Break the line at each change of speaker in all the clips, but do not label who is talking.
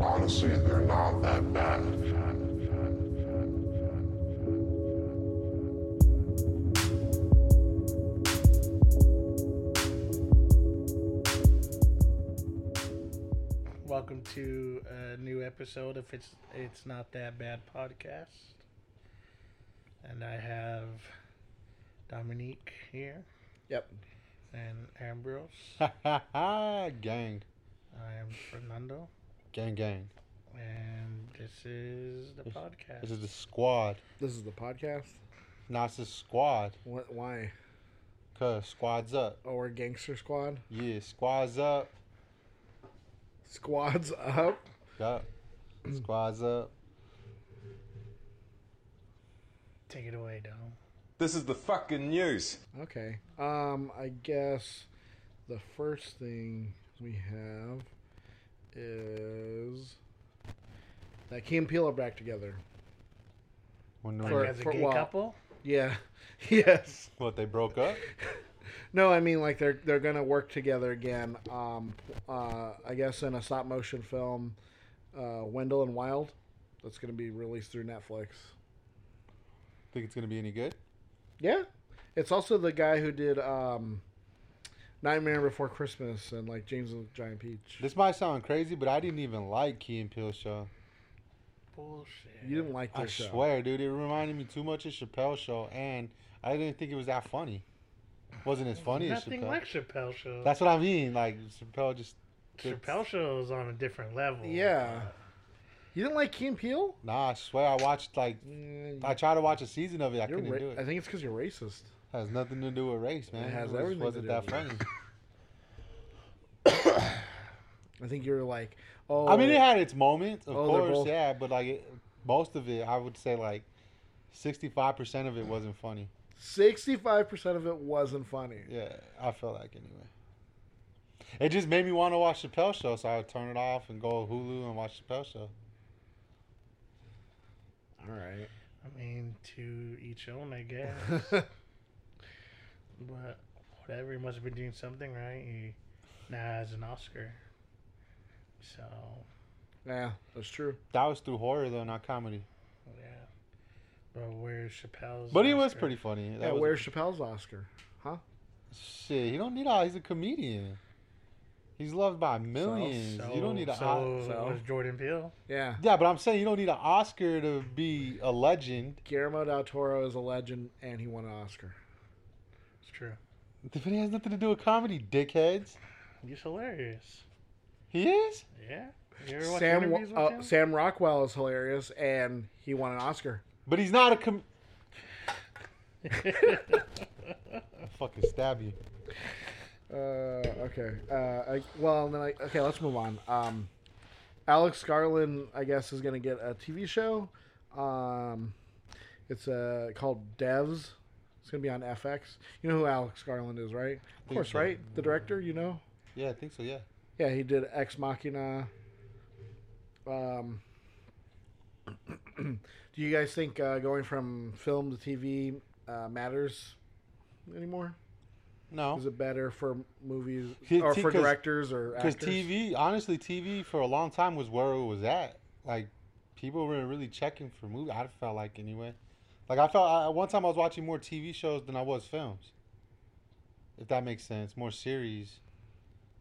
honestly, they're not that bad.
Welcome to a new episode of It's It's Not That Bad podcast. And I have Dominique here
Yep.
and Ambrose.
Ha ha ha! Gang,
I am Fernando.
gang, gang.
And this is the podcast.
This is the squad.
This is the podcast.
Not the squad.
What? Why?
Cause squads up.
Oh, we're gangster squad.
Yeah, squads up.
Squads up.
Yup. Squads up.
Take it away, Dom.
This is the fucking news.
Okay. Um, I guess the first thing we have is that Key and Peele are back together.
Wonder
Like
For-
as a
for
gay
what?
couple?
Yeah. yes.
what they broke up.
No, I mean like they're they're gonna work together again. Um, uh, I guess in a stop motion film, uh, Wendell and Wild. That's gonna be released through Netflix.
Think it's gonna be any good?
Yeah. It's also the guy who did um, Nightmare Before Christmas and like James and the Giant Peach.
This might sound crazy, but I didn't even like Key and Peele show.
Bullshit.
you didn't like this
I
show.
swear, dude, it reminded me too much of Chappelle's show, and I didn't think it was that funny. Wasn't as funny as
Nothing
Chappelle.
like Chappelle Show.
That's what I mean. Like Chappelle just
Chappelle Show is on a different level.
Yeah. You didn't like Key and Peele?
Nah, I swear, I watched like
Mm,
I tried to watch a season of it. I
you're
couldn't
ra-
do it.
I think it's because you're racist.
Has nothing to do with race, man. It
has
was-
everything to
wasn't
do
that
with
funny.
I think you're like, oh,
I mean, it had its moments, of
Oh, they're
course,
both-
yeah, but like it, most of it, I would say like sixty-five percent of it wasn't funny.
65% of it wasn't funny.
Yeah, I felt like anyway. It just made me want to watch Chappelle show, so I would turn it off and go Hulu and watch Chappelle show.
All right.
I mean, to each own, I guess. But whatever, he must have been doing something right. He now has an Oscar. So
yeah, that's true.
That was through horror though, not comedy.
yeah. But where's Chappelle's?
But he was
Oscar?
pretty funny. That
yeah,
was-
where's Chappelle's Oscar?
shit? He don't need all. He's a comedian. He's loved by millions. you don't need a.
So,
so?
was Jordan Peele.
Yeah.
Yeah, but I'm saying you don't need an Oscar to be a legend.
Guillermo del Toro is a legend and he won an Oscar.
It's true.
But it has nothing to do with comedy, dickheads.
He's hilarious.
He is?
Yeah. You ever watch
Sam,
interviews with
uh,
him?
Sam Rockwell is hilarious and he won an Oscar.
But he's not a com. I'll fucking stab you.
Uh, okay. Uh, I, well, then I, okay, let's move on. Um, Alex Garland, I guess, is gonna get a TV show. Um, it's uh, called Devs. It's gonna be on FX. You know who Alex Garland is, right? Of course,
so.
right? The director, you know?
Yeah, I think so, yeah.
Yeah, he did Ex Machina. Um, do you guys think uh, going from film to TV uh, matters anymore?
No.
Is it better for movies
Yeah,
or
t-
for
'cause-
directors or actors?
Because TV, honestly, TV for a long time was where it was at. Like, people weren't really checking for movies. I felt like, anyway. Like, I felt, I, one time I was watching more TV shows than I was films. If that makes sense. More series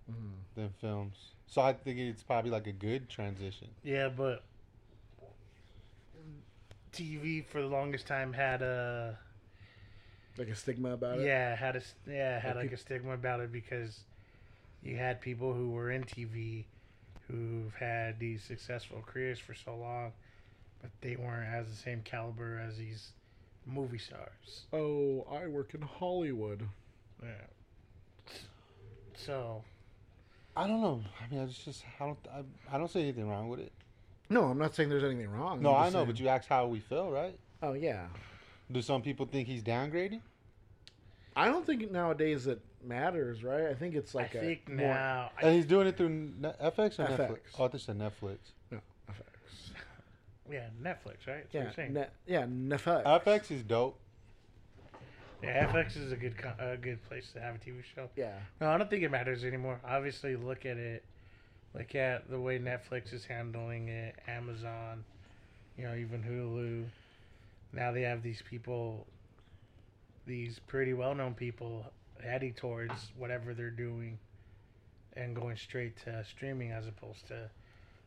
Mhm.
than films. So I think it's probably like a good transition.
Yeah, but TV for the longest time had uh, a
like a stigma about it.
yeah had a s- yeah had
Like
like a stigma about it because you had people who were in TV who've had these successful careers for so long, but they weren't as the same caliber as these movie stars.
Oh, I work in Hollywood.
Yeah. So
I don't know. I mean, it's just I don't I, I don't see anything wrong with it.
No, I'm not saying there's anything wrong.
No,
I'm
I
just
know,
saying-
but you asked how we feel, right?
Oh yeah.
Do some people think he's downgrading?
I don't think nowadays it matters, right? I think it's like
I
a
think
more
now I,
And he's doing it through Ne- FX or Netflix?
FX.
Oh, I think said Netflix.
FX.
yeah Netflix right? That's what
Yeah,
you're saying.
ne- yeah, Netflix.
FX is dope.
yeah, FX is a good co- a good place to have a TV show.
Yeah,
No, I don't think it matters anymore. Obviously, look at it Look at the way Netflix is handling it, Amazon, you know, even Hulu. Now they have these people, these pretty well known people, heading towards whatever they're doing and going straight to streaming as opposed to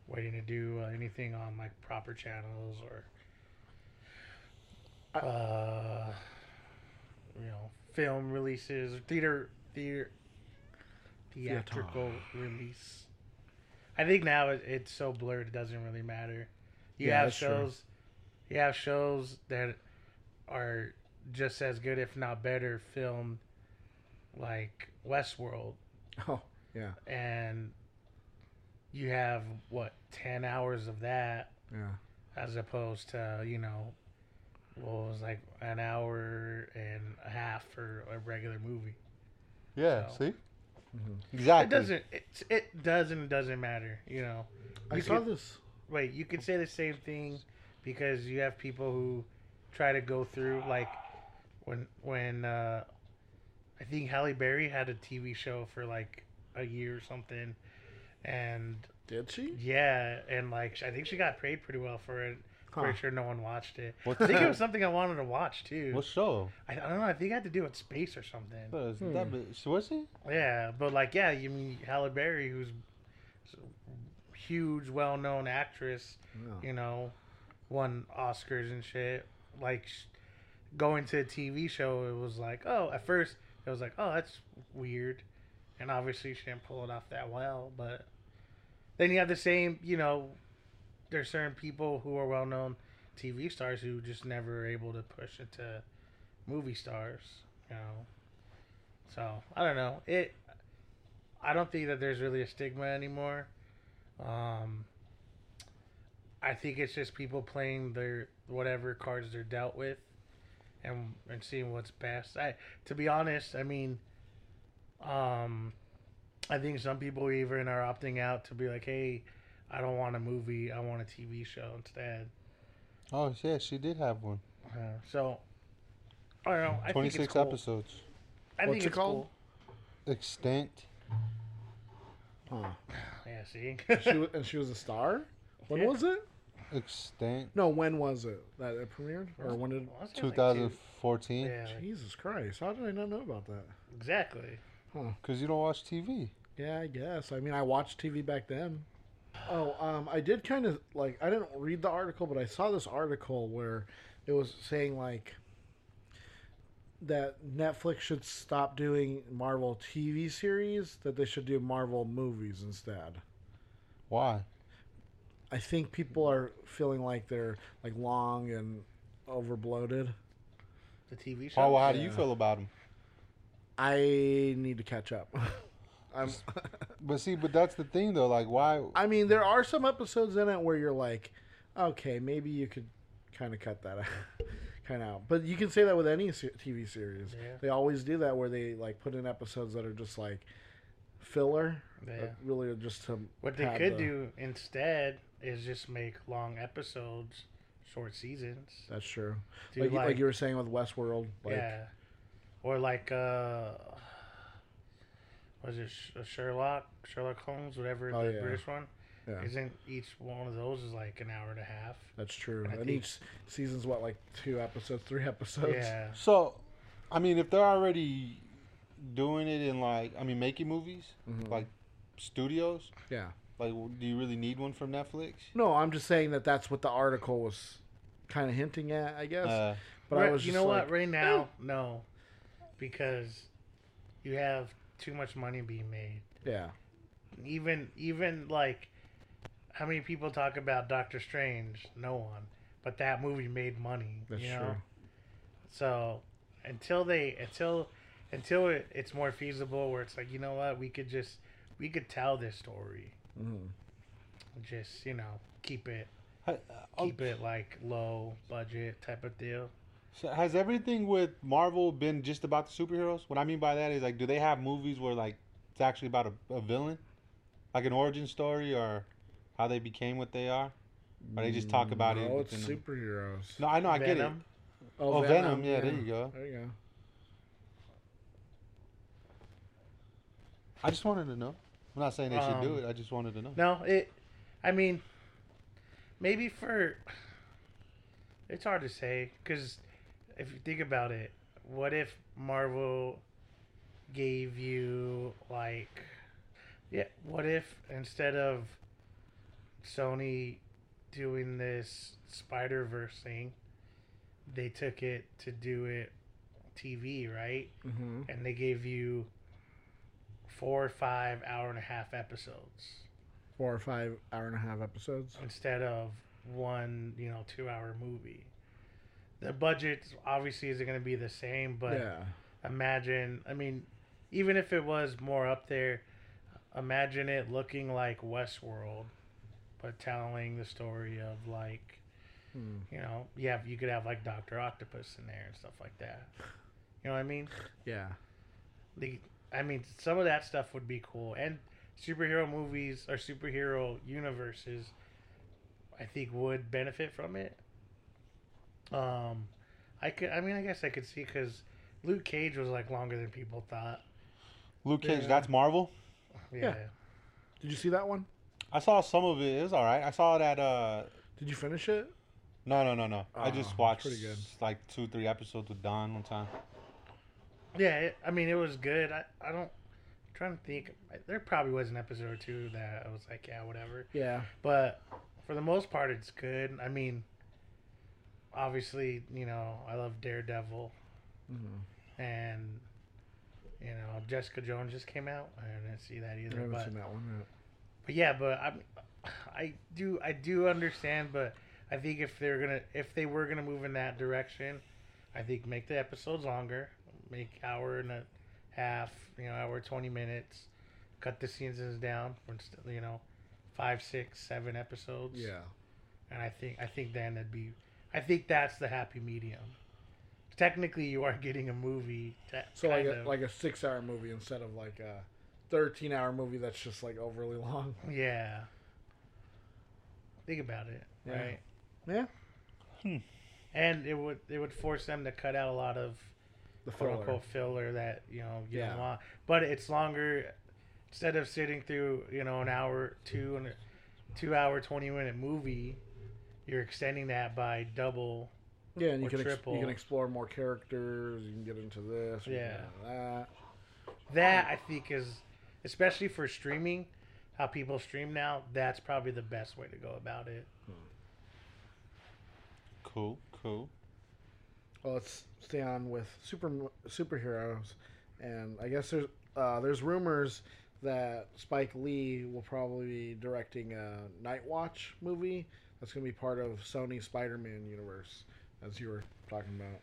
waiting to do uh, anything on like proper channels or, uh, you know, film releases or theater, theater,
Theater.
theatrical release. I think now it, it's so blurred it doesn't really matter. You
Yeah,
have
that's true.
shows, you have shows that are just as good, if not better, filmed, like Westworld,
Oh, yeah,
and you have what ten hours of that
yeah.
as opposed to you know, what was like an hour and a half for a regular movie.
Yeah,
So-
see?
Mhm.
Exactly.
Mm-hmm. It doesn't. It, it doesn't. Doesn't matter. You know.
I
You
saw
could-
this.
Wait, you could say the same thing because you have people who try to go through like when when uh, I think Halle Berry had a TV show for like a year or something, and
Did she?
yeah, and like I think she got paid pretty well for it.
Huh.
Pretty sure no one watched it.
What's
I think
that?
it was something I wanted to watch too.
What show?
I, I don't know. I think it had to do with space or something.
What is that bitch? Was he?
Yeah, but like, yeah, you mean Halle Berry, who's a huge, well-known actress,
No.
you know, won Oscars and shit. Like, sh- going to a TV show, it was like, oh, at first it was like, oh, that's weird, and obviously she didn't pull it off that well. But then you have the same, you know, there's certain people who are well-known TV stars who just never are able to push it to movie stars, you know. So I don't know. It. I don't think that there's really a stigma anymore. Um, I think it's just people playing their whatever cards they're dealt with, and and seeing what's best. I to be honest, I mean, um, I think some people even are opting out to be like, hey, I don't want a movie, I want a TV show instead.
Oh, yeah, she did have one.
Uh-huh.
Uh, so I don't know. I think it's
26
cool.
episodes.
I
What's
think
it
it's cool.
called?
Extant.
Huh.
Yeah, see,
She wa- and she was a star. When
Yeah.
was it?
Extant.
No, when was it that it premiered, or when did?
Well, that's kinda like two-
2014.
Yeah,
Jesus Christ! How did I not know about that?
exactly.
Because you don't watch TV.
Yeah, I guess. I mean, I watched TV back then. Oh, um, I did kind of like I didn't read the article, but I saw this article where it was saying like that Netflix should stop doing Marvel TV series; that they should do Marvel movies instead.
Why?
I think people are feeling like they're like long and overbloated.
The TV show.
Paul, well, how do you
Yeah.
feel about them?
I need to catch up. I'm.
But see, but that's the thing though. Like, why?
I mean, there are some episodes in it where you're like, okay, maybe you could kind of cut that out, kind of out. But you can say that with any se- TV series.
Yeah.
They always do that where they like put in episodes that are just like filler,
Yeah.
that really are just to
What they
pad
could
the-
do instead is just make long episodes, short seasons.
That's true.
Do
Like,
like,
like, you were saying with Westworld, like
yeah, or like uh, was it Sh- uh, Sherlock, Sherlock Holmes, whatever
Oh,
the
yeah.
British one?
Yeah.
Isn't each one of those is like an hour and a half?
that's true.
I
And
think-
each season's what like two episodes, three episodes.
yeah,
So, I mean, if they're already doing it in like, I mean, making movies,
Mhm.
like studios,
yeah.
like, w- do you really need one from Netflix?
No, I'm just saying that that's what the article was kind of hinting at, I guess.
Uh,
but
Right-
I was
you
just
know
like,
what? Right now, no, because you have too much money being made.
yeah.
even even like how many people talk about Doctor Strange? No one. But that movie made money.
That's
you know?
true.
So until they until until it, it's more feasible where it's like, you know what, we could just we could tell this story.
Mhm.
Just, you know, keep it
ha- uh,
keep it like low budget type of deal.
so has everything with Marvel been just about the superheroes? What I mean by that is, like, do they have movies where like it's actually about a, a villain, like an origin story or how they became what they are? Or they just talk about it?
Oh, it's
within the-
superheroes.
No, I know, I get it.
Venom.
Oh, Venom. Yeah, there you go.
There you go.
I just wanted to know. I'm not saying they should do
Um,
it. I just wanted to know.
No, it. I mean, maybe for. It's hard to say because if you think about it, what if Marvel gave you like, yeah, what if instead of Sony doing this Spider Verse thing, they took it to do it TV right,
Mm-hmm.
and they gave you four or five hour and a half episodes.
Four or five hour and a half episodes.
instead of one, you know, two hour movie. The budget obviously isn't going to be the same, but
yeah.
imagine, I mean, even if it was more up there, imagine it looking like Westworld, but telling the story of like,
Hmm.
you know, yeah, you could have like Dr. Octopus in there and stuff like that. You know what I mean?
Yeah.
the I mean, some of that stuff would be cool. And superhero movies or superhero universes, I think, would benefit from it. Um, I could. I mean, I guess I could see because Luke Cage was like longer than people thought.
Luke Cage,
yeah.
that's Marvel.
Yeah.
Did you see that one?
I saw some of it. It was all right. I saw it at uh,
Did you finish it?
no, no, no, no. I
Oh,
just
it's
watched
pretty good.
like two, three episodes with Don one time.
Yeah. It, I mean, it was good. I I don't. I'm trying to think. There probably was an episode or two that I was like, yeah, whatever.
Yeah.
but for the most part, it's good. I mean, obviously, you know, I love Daredevil,
Mhm.
and you know, Jessica Jones just came out. I didn't see that
I
either,
haven't
but,
seen that one
but yeah, but I, I do, I do understand, but I think if they're gonna, if they were gonna move in that direction, I think make the episodes longer, make hour and a half, you know, hour twenty minutes, cut the seasons down from, st- you know, five, six, seven episodes
yet. Yeah.
and I think I think then that'd be I think that's the happy medium. Technically, you are getting a movie. Te-
So like
kind
a,
of.
like a six hour movie instead of like a thirteen hour movie that's just like overly long.
yeah. Think about it,
Yeah.
right?
Yeah.
And it would it would force them to cut out a lot of
The
quote
filler.
unquote filler that you know you
Yeah.
don't want. But it's longer. Instead of sitting through you know an hour two and a two hour twenty minute movie, you're extending that by double.
Yeah, and you
or
can ex- you
triple.
can explore more characters. You can get into this. you can get
Yeah.
into That.
That I think is, especially for streaming, how people stream now. That's probably the best way to go about it.
Cool, cool.
Well, let's stay on with super superheroes, and I guess there's uh, there's rumors that Spike Lee will probably be directing a Night Watch movie that's going to be part of Sony's Spider-Man universe, as you were talking about.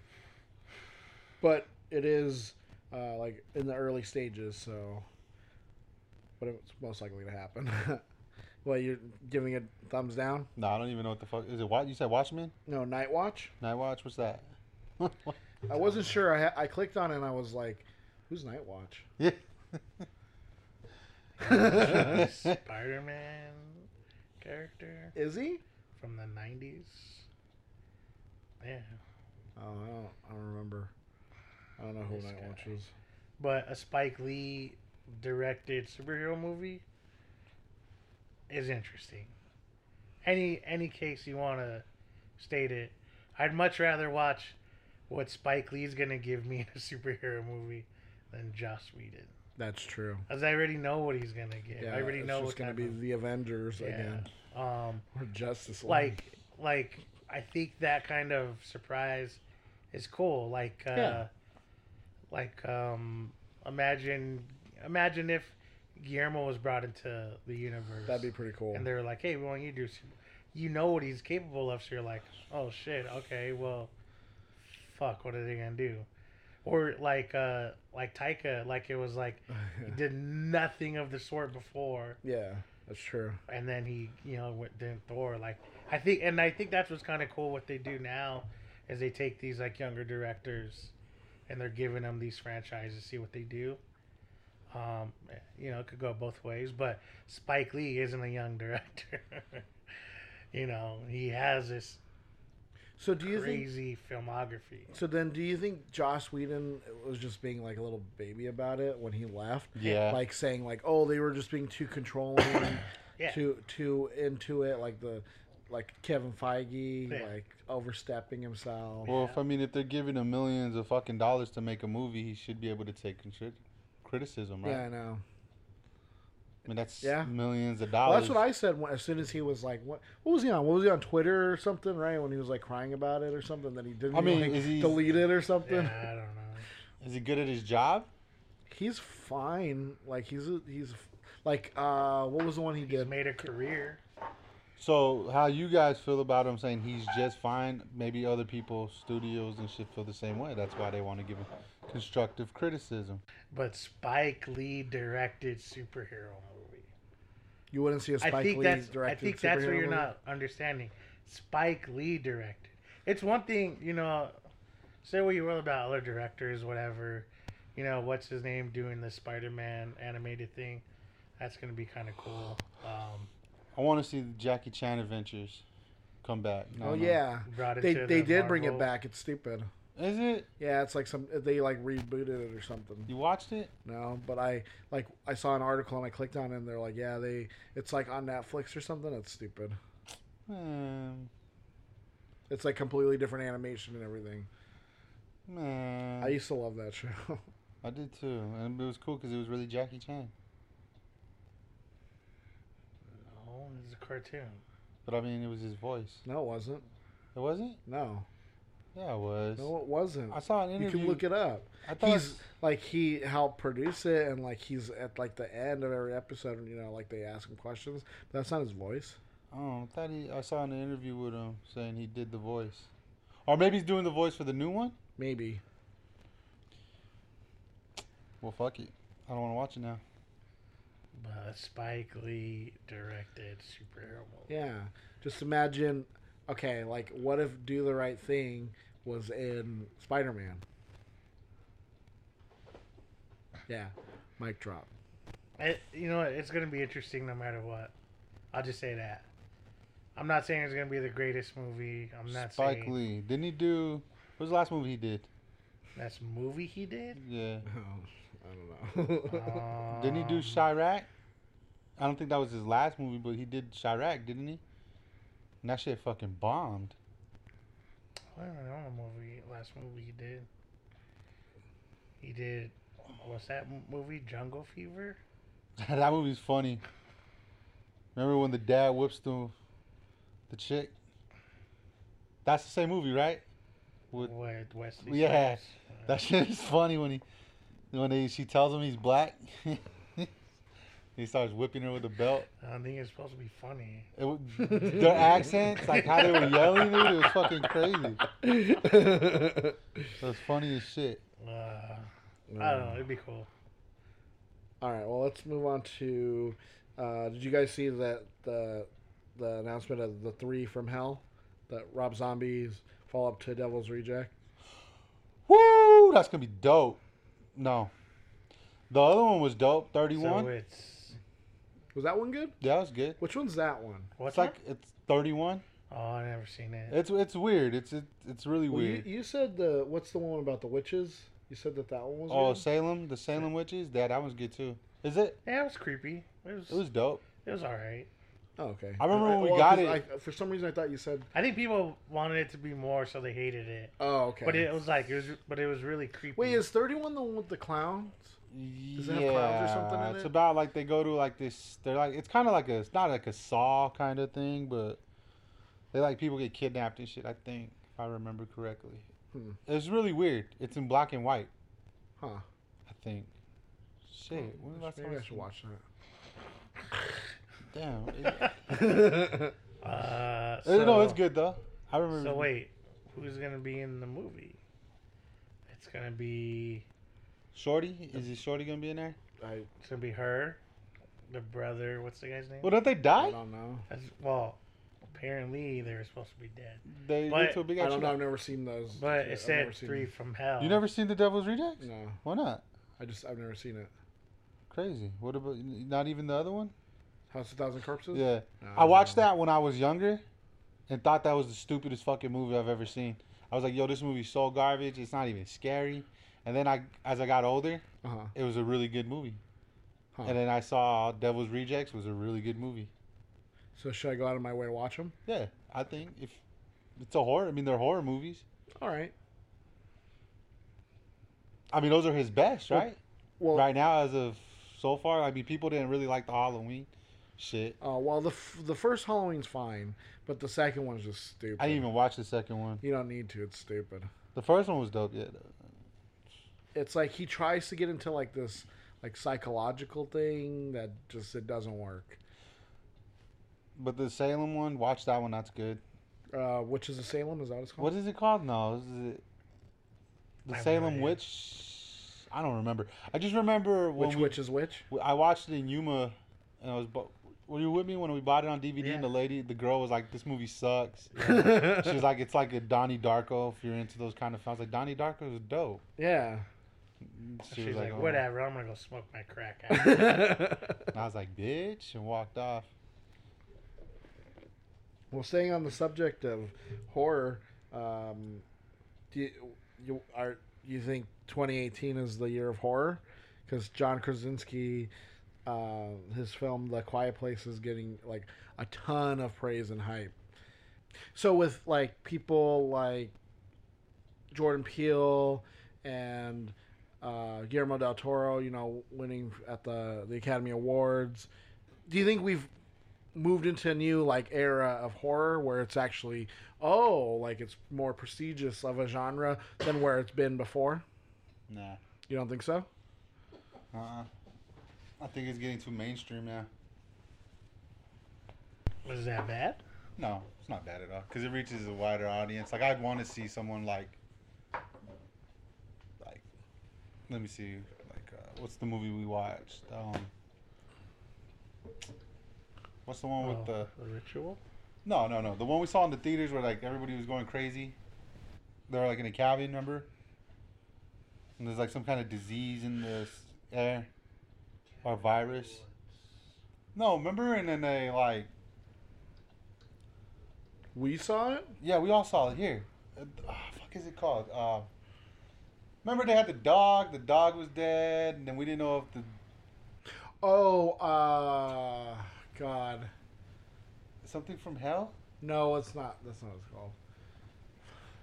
But it is uh, like in the early stages, so but it's most likely to happen. well, you're giving it thumbs down.
No, I don't even know what the fuck is it. What you said, Watchmen,
No, Night Watch.
Night Watch. What's that?
I wasn't sure. I, ha- I clicked on it and I was like, who's Night Watch?
yeah.
Spider Man character
Is he?
from the '90s. Yeah,
Oh, I don't, I don't remember. I don't know who
This
Night
guy.
Watch is.
but a Spike Lee directed superhero movie is interesting. Any any case you want to state it, I'd much rather watch what Spike Lee's gonna give me in a superhero movie than Joss Whedon.
That's true.
Because I already know what he's gonna get. I already
it's
know
just
what's
gonna be the Avengers again
Um,
or Justice League.
like, like I think that kind of surprise is cool. Like, uh,
Yeah.
like um, imagine, imagine if Guillermo was brought into the universe.
that'd be pretty cool.
And they're like, hey, we want you to do. Some, you know what he's capable of, so you're like, oh shit, okay, well, fuck, what are they gonna do? Or like, uh, like Taika, like it was like he did nothing of the sort before,
yeah, that's true.
and then he, you know, went did Thor. Like I think, and I think that's what's kind of cool. What they do now is they take these like younger directors, and they're giving them these franchises to see what they do. Um, you know, it could go both ways, but Spike Lee isn't a young director. you know, he has this
So do you think?
crazy filmography.
So then, do you think Joss Whedon was just being like a little baby about it when he left?
Yeah.
Like saying like, oh, they were just being too controlling,
Yeah.
too too into it. Like the like Kevin Feige
Yeah.
like overstepping himself.
Well, if I mean, if they're giving him millions of fucking dollars to make a movie, he should be able to take contri- criticism, right?
Yeah, I know.
I mean, that's
Yeah.
millions of
Well,
dollars.
that's what I said when, as soon as he was like, what, what was he on? What was he on Twitter or something, right? When he was like crying about it or something that he didn't
I mean,
like,
is he-
delete it or something.
Yeah, I don't know.
Is he good at his job?
He's fine. Like he's a, he's like uh what was the one he
He's
did?
made a career.
So, how you guys feel about him saying he's just fine? Maybe other people, studios and shit, feel the same way. That's why they want to give him constructive criticism.
But Spike Lee directed superhero movie.
You wouldn't see a Spike
I think
Lee
that's
directed.
I think that's
superhero
what you're
movie?
not understanding. Spike Lee directed. It's one thing, you know, say what you will about other directors, whatever. You know, what's his name doing the Spider-Man animated thing? That's gonna be kind of cool. Um,
I want to see the Jackie Chan adventures come back. No,
Oh
no.
yeah,
brought it
they
to
they
the
did bring it
Marvel-
back. It's stupid.
Is it?
Yeah, it's like some they like rebooted it or something.
You watched it?
No, but I like I saw an article and I clicked on it and they're like, yeah, they it's like on Netflix or something. It's stupid.
Um,
It's like completely different animation and everything.
man.
I used to love that show.
I did too, and it was cool because it was really Jackie Chan.
oh, it's a cartoon.
But I mean, it was his voice.
no, it wasn't.
It wasn't.
No,
Yeah, it was.
no, it wasn't.
I saw an
You
interview.
can look it up.
I thought
He's like he helped produce it, and like he's at like the end of every episode. You know, like they ask him questions. But that's not his voice.
Oh, I thought he. I saw an interview with him saying he did the voice, or maybe he's doing the voice for the new one.
Maybe
Well, fuck it. I don't want to watch it now.
But Spike Lee directed superhero movie.
Yeah. Just imagine, okay, like what if Do the Right Thing was in Spider Man? Yeah. Mic drop.
It, you know, what, it's going to be interesting no matter what. I'll just say that. I'm not saying it's going to be the greatest movie. I'm not
Spike
saying
Lee. Didn't he do? What was the last movie he did?
that's movie he did.
Yeah.
Oh, I don't know.
didn't he do
Um,
Chirac? I don't think that was his last movie, but he did Chirac, didn't he? And that shit fucking bombed.
I don't know the movie. Last movie he did. He did. What's that m- movie? Jungle Fever.
that movie's funny. Remember when the dad whips the the chick? That's the same movie, right? With
With Wesley.
Yeah.
Snipes.
That shit is funny when he when he, she tells him he's black. he starts whipping her with a belt.
Uh, I don't think it's supposed to be funny.
It, wa- their accents, like how they were yelling, dude, it was fucking crazy. It was funny as shit.
Uh, I don't know. It'd be cool.
All right, well, let's move on to. Uh, did you guys see that the the announcement of the three from hell, that Rob Zombie's follow up to Devil's Reject?
Woo! That's gonna be dope. No, the other one was dope. Thirty-one.
So it's
Was that one good?
that was good.
Which one's that one?
what's
it's like
like?
it's thirty-one.
Oh, I never seen it.
It's it's weird. It's it, it's really
Well, you,
weird.
you said the what's the one about the witches? You said that that one was.
oh,
good?
Salem, the Salem witches. Yeah, that one's good too. Is it?
yeah, it was creepy. It was.
It was dope.
It was all right.
Oh, okay.
I remember when we
well,
got
'cause
it.
I, for some reason, I thought you said.
I think people wanted it to be more, so they hated it.
Oh, okay.
But it was like it was, but it was really creepy.
Wait, is thirty-one the one with the clowns?
Does
it have clowns or something in
it's
it?
about like they go to like this. They're like it's kind of like a it's not like a saw kind of thing, but they like people get kidnapped and shit. I think if I remember correctly,
Hmm.
it's really weird. It's in black and white.
Huh. Hmm.
I think. Shit, when was the last
Maybe
time
I should watch that.
Damn, it,
uh,
it-
so,
no, it's good though. I remember.
So wait, who's gonna be in the movie? It's gonna be
Shorty, is it Shorty gonna be in there?
I,
it's gonna be her, the brother. What's the guy's name?
Well, don't they
I
die?
don't know.
That's- well, apparently they were supposed to be dead,
They
But-
went to a big
I don't know. I've
action.
never seen those.
but
I've
it said
never seen
three
them.
from hell.
You never seen The Devil's Rejects?
No,
Why not?
I just I've never seen it.
Crazy. What about not even the other one?
House of Thousand Corpses.
Yeah,
No,
I watched
no.
that when I was younger, and thought that was the stupidest fucking movie I've ever seen. I was like, yo, this movie's so garbage. It's not even scary. And then I, as I got older,
Uh huh.
it was a really good movie.
Huh.
And then I saw Devil's Rejects was a really good movie.
So should I go out of my way to watch them?
Yeah, I think if it's a horror, I mean they're horror movies.
All right.
I mean those are his best,
Well,
right?
Well,
right now, as of so far, I mean people didn't really like the Halloween shit.
Uh, well, the f- the first Halloween's fine, but the second one's just stupid.
I didn't even watch the second one.
You don't need to. It's stupid.
The first one was dope. Yeah,
It's like he tries to get into like this like psychological thing that just it doesn't work.
but the Salem one, watch that one. That's good.
Uh, which is a Salem? Is that what it's called?
What is it called? No, is it the
I have no
Salem
idea.
Witch? I don't remember. I just remember when
which
we-
which is which?
we- I watched it in Yuma, and I was. bu- Were you with me when we bought it on DVD? And the
Yeah.
lady, the girl, was like, "This movie sucks." she was like, it's like a Donnie Darko if you're into those kind of films. Like Donnie Darko is dope.
Yeah.
And She
She's like,
"Oh."
whatever. I'm gonna go smoke my crack. Out.
well,
And I was like, bitch, and walked off.
staying on the subject of horror, um, do you, you are you think 2018 is the year of horror? Because John Krasinski, uh, his film The Quiet Place is getting like a ton of praise and hype. So with like people like Jordan Peele and uh, Guillermo del Toro, you know, winning at the the Academy Awards, do you think we've moved into a new like era of horror where it's actually oh like it's more prestigious of a genre than where it's been before
Nah.
you don't think so
Uh-uh. I think it's getting too mainstream now.
Was that bad?
No, it's not bad at all. Because it reaches a wider audience. Like, I'd want to see someone like, like, let me see, like, uh, what's the movie we watched? Um, what's the one with
Oh,
the
the ritual.
No, no, no. The one we saw in the theaters where like everybody was going crazy. They were like in a cabin, remember? And there's like some kind of disease in the s- air or virus. No, remember? And then they like,
we saw it
yeah, we all saw it here. Uh, ah, fuck is it called? Uh, remember they had the dog. The dog was dead, and then we didn't know if the
oh uh god
something from hell.
no it's not that's not what it's called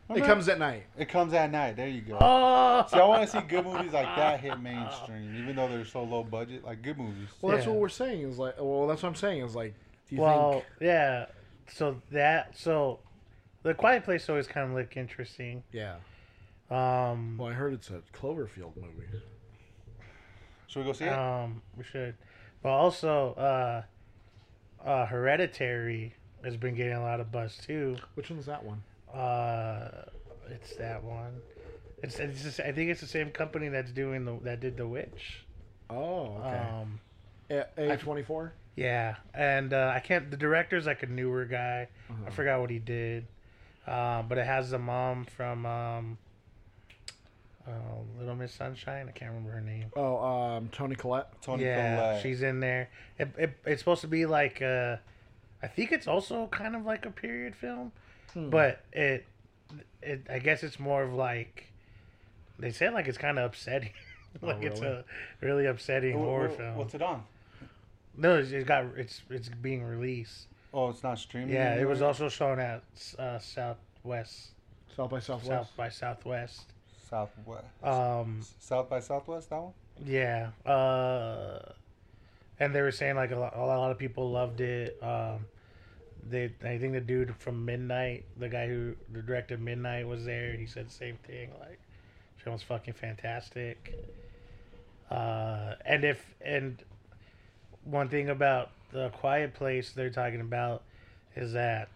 it
Remember?
comes at night
It comes at night. There you go.
Oh,
See, I want to see good movies like that hit mainstream, even though they're so low budget. Like good movies.
well that's
Yeah.
what we're saying is like well that's what i'm saying is like do you
well,
think
yeah. So that so, the Quiet Place always kind of looked interesting.
yeah
Um,
well i heard it's a cloverfield movie
Should we go see it?
um, we should, but also, uh, uh, Hereditary has been getting a lot of buzz too.
which one's that one
Uh, it's that one. It's, it's just, I think it's the same company that's doing the that did the Witch.
Oh,
Um,
Uh, A twenty four.
yeah, and uh, I can't. The director's like a newer guy. I forgot what he did, uh, but it has the mom from um, uh, Little Miss Sunshine. I can't remember her name.
Oh, um, Tony Collette.
Tony
yeah,
Collette.
she's in there. It, it, it's supposed to be like uh, I think it's also kind of like a period film, but it, it I guess it's more of like they say like it's kind of upsetting. like it's a really upsetting
Wh- wh-
horror film.
What's it on?
no, it's, it's got it's it's being released.
Oh, it's not streaming.
Yeah, it
anywhere?
was also shown at uh, Southwest
South by Southwest.
South by Southwest.
Southwest.
Um,
South by Southwest. That one.
Yeah. Uh, and they were saying like a lot, a lot of people loved it. Um, they, I think the dude from Midnight, the guy who directed Midnight, was there, and he said the same thing. Like, she was fucking fantastic. Uh, and if and one thing about the Quiet Place they're talking about is that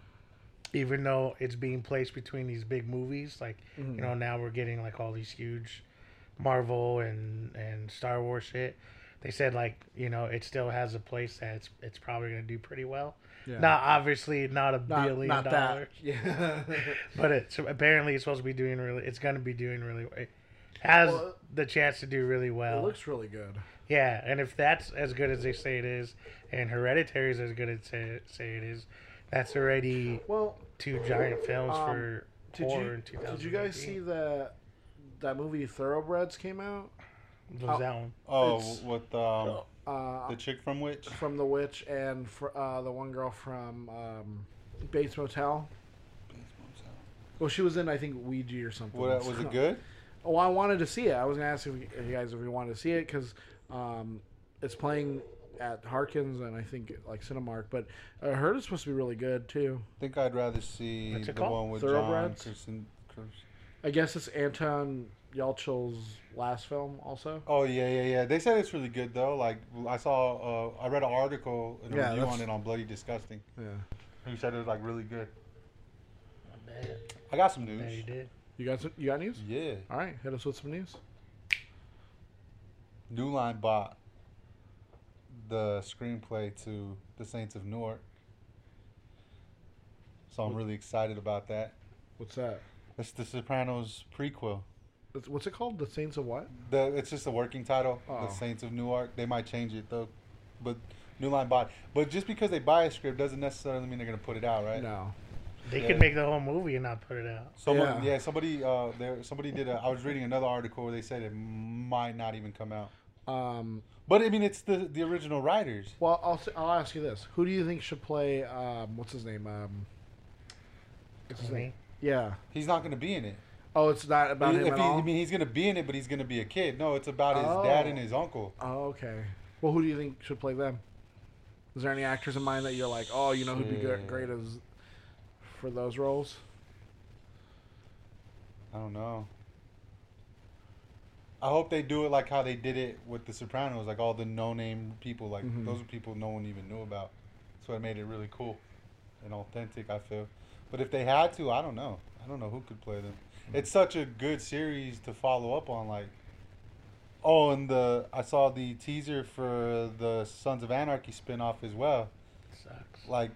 even though it's being placed between these big movies, like you know now we're getting like all these huge Marvel and and Star Wars shit. They said like you know it still has a place that it's it's probably gonna do pretty well.
Yeah.
Not obviously not a
Not,
billion
not
dollars,
that. Yeah.
but it's apparently it's supposed to be doing really. It's gonna be doing really. It has
Well,
the chance to do really
it
well.
looks really good.
yeah, and if that's as good as they say it is, and Hereditary is as good as they say it is, That's already
Well,
two giant films
Um,
for
did
horror in
you did you guys see
2019.
that that movie Thoroughbreds came out?
What was that one?
Oh,
It's-
with um,
Uh,
the chick from Witch.
from The Witch and fr- uh, the one girl from um, Bates Motel. Well, she was in I think Ouija or something.
What, was it good?
Oh, I wanted to see it. I was gonna ask if you if you guys if you wanted to see it because um, it's playing at Harkins and I think like Cinemark. But I heard it's supposed to be really good too.
I think I'd rather see
What's
the
it called?
one with John
Thoroughbreds?
Kristen. Kirsten-
I guess it's Anton Yelchin's last film also.
Oh yeah, yeah, yeah. They said it's really good though. Like I saw, uh, I read an article and a
Yeah,
review
that's-
on it on Bloody Disgusting.
Yeah,
Who said it was like really good.
I bet.
I got some
I bet you
news.
did.
you got some, you got news?
Yeah,
All right, hit us with some news.
New Line bought the screenplay to The Saints of Newark, so I'm really excited about that.
What's that?
It's The Sopranos prequel.
It's- What's it called? The Saints of what?
The it's just a working title,
Oh.
The Saints of Newark. They might change it though, but New Line bought. But just because they buy a script doesn't necessarily mean they're gonna put it out, right?
No.
They
Yeah.
could make the whole movie and not put it out.
Someone,
Yeah.
yeah. somebody, uh, there, somebody did. A, I was reading another article where they said it might not even come out.
Um,
But I mean, it's the the original writers.
well, I'll, s- I'll ask you this: Who do you think should play? Um, what's his name? Um, what's his name?
Me?
Yeah.
He's not going to be in it.
Oh, it's not about
If
him at
he-
all.
I mean, he's going to be in it, but he's going to be a kid. No, it's about his dad
Oh.
and his uncle.
Oh, okay. Well, who do you think should play them? Is there any actors in mind that you're like, oh, you know, who'd be good,
Shit.
great as for those roles?
I don't know. I hope they do it like how they did it with The Sopranos, like all the no name people. Like
Mhm.
those are people no one even knew about. That's what made it really cool and authentic. I feel. But if they had to, I don't know. I don't know who could play them. It's such a good series to follow up on. Like, oh, and the I saw the teaser for the Sons of Anarchy spinoff as well.
Sucks.
Like,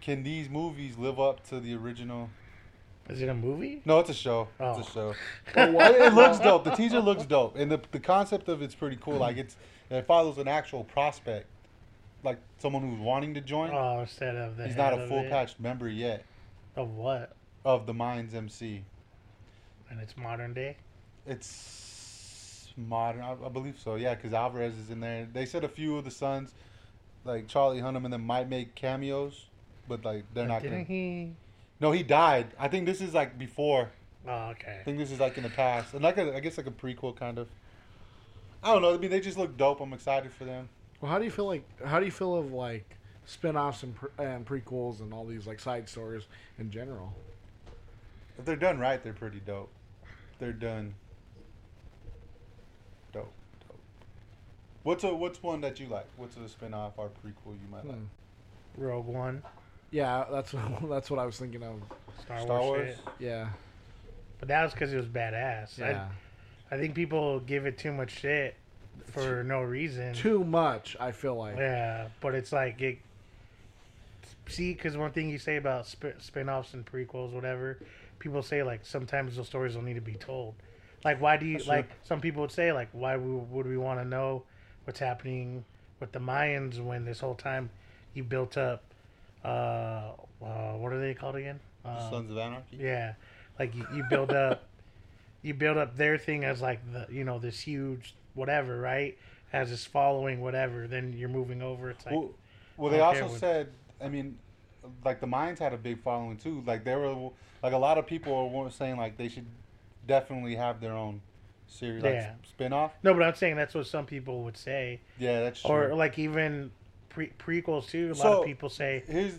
can these movies live up to the original?
Is it a movie?
No, it's a show. It's
Oh.
a show. But what- it looks dope. The teaser looks dope, and the the concept of it's pretty cool. Like it's it follows an actual prospect, like someone who's wanting to join.
Oh, instead of the
He's not
head
a
of
full
it.
patched member yet
of what?
of the Minds MC.
And it's modern day.
It's modern, I, I believe so. Yeah, because Alvarez is in there. They said a few of the sons, like Charlie Hunnam, and them might make cameos, but like they're not.
Didn't
Gonna,
he?
no, he died. I think this is like before.
Oh,
I
okay.
think this is like in the past, and like a, I guess like a prequel kind of. I don't know. I mean, they just look dope. I'm excited for them.
Well, how do you feel like? How do you feel of like spin-offs and, pre- and prequels and all these like side stories in general?
If they're done right, they're pretty dope. They're done. Dope, dope. What's a what's one that you like? What's a spinoff or prequel you might like?
Hmm.
Rogue One,
Yeah, that's that's what I was thinking of.
Star,
Star
Wars.
Wars?
shit.
Yeah,
But that was because it was badass.
yeah.
I, I think people give it too much shit for no reason.
Too much, I feel like.
Yeah, but it's like it. See, because one thing you say about sp- spin-offs and prequels, whatever, people say like sometimes those stories don't need to be told. Like, why do you
That's true.
like? Some people would say like, why we, would we want to know what's happening with the Mayans when this whole time you built up? Uh, uh what are they called again?
The
Um,
Sons of Anarchy.
yeah, like you, you build up, you build up their thing as like the you know this huge whatever, right? As this following whatever, then you're moving over. It's like
well, well, they
I don't care
also
what-
said. I mean, like the Mayans had a big following too. Like there were like a lot of people were saying like they should definitely have their own series, like
Yeah.
spinoff.
no, but I'm saying that's what some people would say,
Yeah, that's true.
or like even pre- prequels too. A lot
So-
of people say,
Here's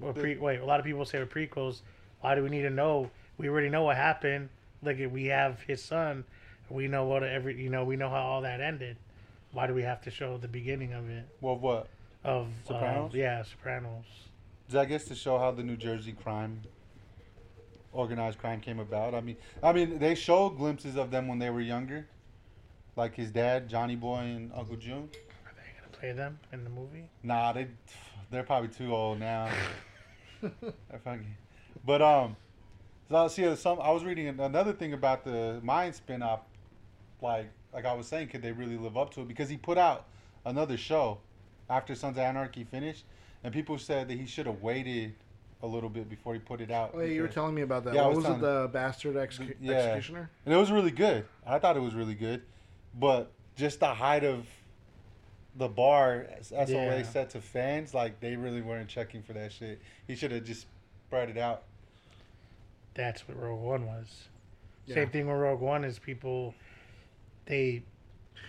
well, pre- wait, a lot of people say with prequels, why do we need to know? We already know what happened. Like we have his son, we know what every you know we know how all that ended. Why do we have to show the beginning of it?
well, what?
Of uh,
Sopranos?
yeah, Sopranos.
I guess to show how the New Jersey crime, organized crime, came about. I mean, I mean, they show glimpses of them when they were younger, like his dad, Johnny Boy, and Uncle June.
Are they gonna play them in the movie?
Nah, they, they're probably too old now. They're fucking- but um, so I see uh, some. I was reading an- another thing about the Mayan spinoff, like like I was saying, could they really live up to it? Because he put out another show after Sons of Anarchy finished, and people said that he should have waited a little bit before he put it out.
Oh, yeah, you were
because-
telling me about that.
Yeah, I
what was,
was
it? The bastard execu-
Yeah.
executioner.
and it was really good. I thought it was really good, but just the height of the bar S- SOA
Yeah.
set to fans, like they really weren't checking for that shit. He should have just spread it out.
That's what Rogue One was.
Yeah.
Same thing with Rogue One is people they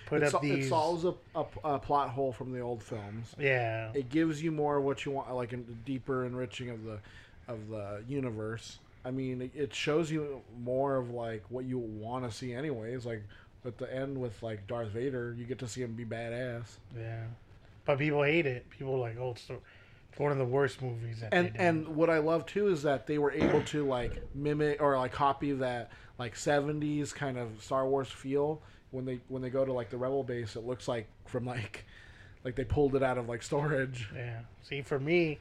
put
it,
up
sol-
these
it solves a, a, a plot hole from the old films.
yeah
It gives you more what you want, like a deeper enriching of the of the universe. I mean, it, it shows you more of like what you want to see, anyways. Like at the end with like Darth Vader, you get to see him be badass.
yeah, but people hate it. People are like oh it's, the, it's one of the worst movies that
And
they did.
and what I love too is that they were able to like mimic or like copy that like '70s kind of Star Wars feel when they when they go to like the Rebel base. It looks like from like like they pulled it out of like storage.
yeah see for me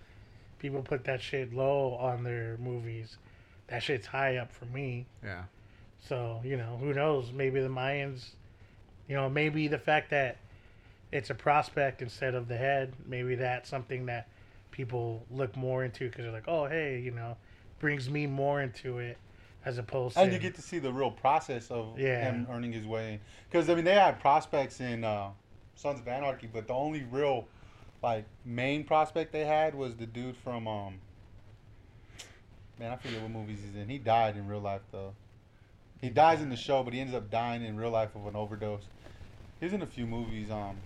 people put that shit low on their movies. That shit's high up for me.
Yeah.
So, you know, who knows? Maybe the Mayans, you know, maybe the fact that it's a prospect instead of the head, maybe that's something that people look more into because they're like, oh, hey, you know, brings me more into it as opposed to.
And you get to see the real process of
Yeah.
him earning his way. Because I mean, they had prospects in uh, Sons of Anarchy, but the only real like main prospect they had was the dude from um. Man, I forget what movies he's in. He died in real life though. He dies in the show, but he ends up dying in real life of an overdose. He's in a few movies. Um,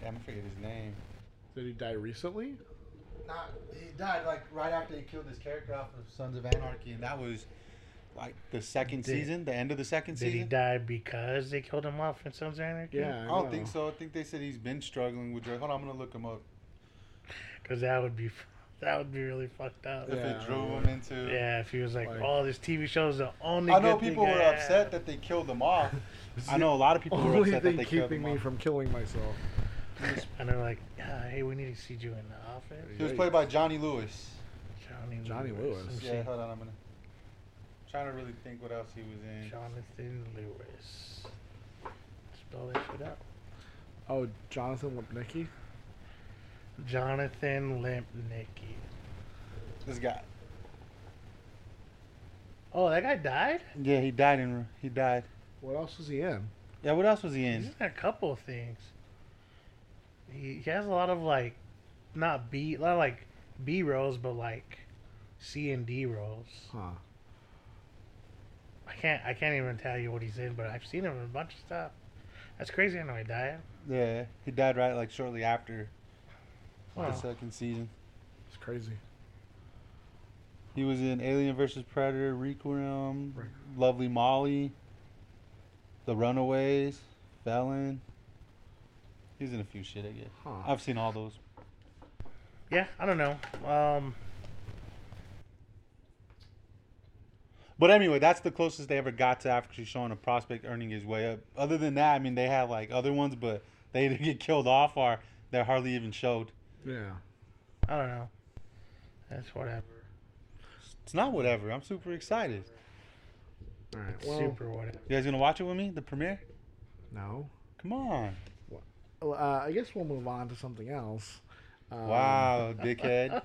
damn, I forget his name.
Did he die recently?
Not, he died like right after he killed his character off of Sons of Anarchy, and that was like the second
Did-
season, the end of the second
Did he
season.
die because they killed him off in Sons of Anarchy?
Yeah.
I don't think
know.
so. I think they said he's been struggling with drugs. Hold on, I'm gonna look him up.
Because that would be. That would be really fucked up.
If
Yeah,
Yeah.
it drove him into,
if he was like,
Like-
"Oh, this TV show is the only."
I know
good thing
people
I
were
have."
upset that they killed him off. I know a lot of people were
Only
upset that
thing
they killed
Oh, keeping
him
me
off.
from killing myself.
and they're like, "Ah, "Hey, we need to see you in the office."
He was played by Johnny Lewis.
Johnny,
Johnny Lewis.
Let me
Yeah,
see.
hold on, I'm gonna. Trying to really think what else he was in.
Jonathan Lewis. Spell that shit out.
Oh, Jonathan Lipnicki.
Jonathan Limpnicki.
This guy.
Oh, that guy died?
Yeah, he died in. He died.
What else was he in?
Yeah, what else was he
He's
in?
in a couple of things. He, he has a lot of like, not B, not like B rolls, but like C and D rolls.
Huh.
I can't, I can't even tell you what he's in, but I've seen him in a bunch of stuff. That's crazy. I know he died.
Yeah, he died right like shortly after
Wow.
the second season.
It's crazy.
He was in Alien vs. Predator, Requiem, Lovely Molly, The Runaways, Felon. He's in a few shit, I guess.
Huh.
I've seen all those.
Yeah, I don't know. Um,
But anyway, that's the closest they ever got to actually showing a prospect earning his way up. Other than that, I mean, they had like other ones, but they either get killed off or they hardly even showed.
Yeah.
I don't know. That's whatever.
It's not whatever. I'm super excited.
All right.
It's
Well,
super whatever.
You guys gonna watch it with me? The premiere?
no.
Come on.
Well, Uh, I guess we'll move on to something else. Um,
Wow, dickhead.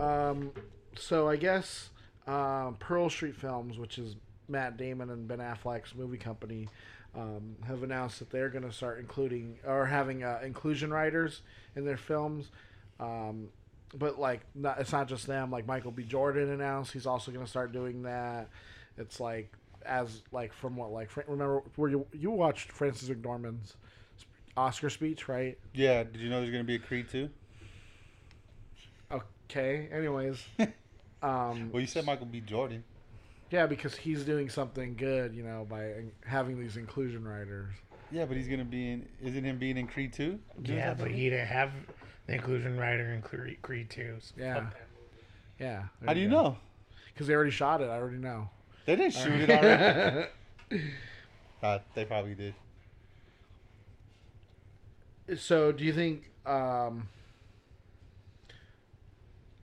Um, so I guess um, Pearl Street Films, which is Matt Damon and Ben Affleck's movie company, um, have announced that they're going to start including or having uh, inclusion writers in their films. Um, but like, not, it's not just them. Like Michael B. Jordan announced he's also going to start doing that. It's like as like from what like Fran- remember where you you watched Francis McDormand's Oscar speech, right?
Yeah, did you know there's gonna be a Creed too?
Okay. Anyways. Um,
Well, you said Michael B. Jordan.
Yeah, because he's doing something good, you know, by in- having these inclusion writers.
Yeah, but he's gonna be in. Isn't him being in Creed two?
Yeah, but he didn't have the inclusion rider in Creed, Creed 2. So
Yeah.
fuck that.
Yeah.
How do you know?
Because they already shot it. I already know.
They didn't shoot it already. Uh, they probably did.
so, do you think um,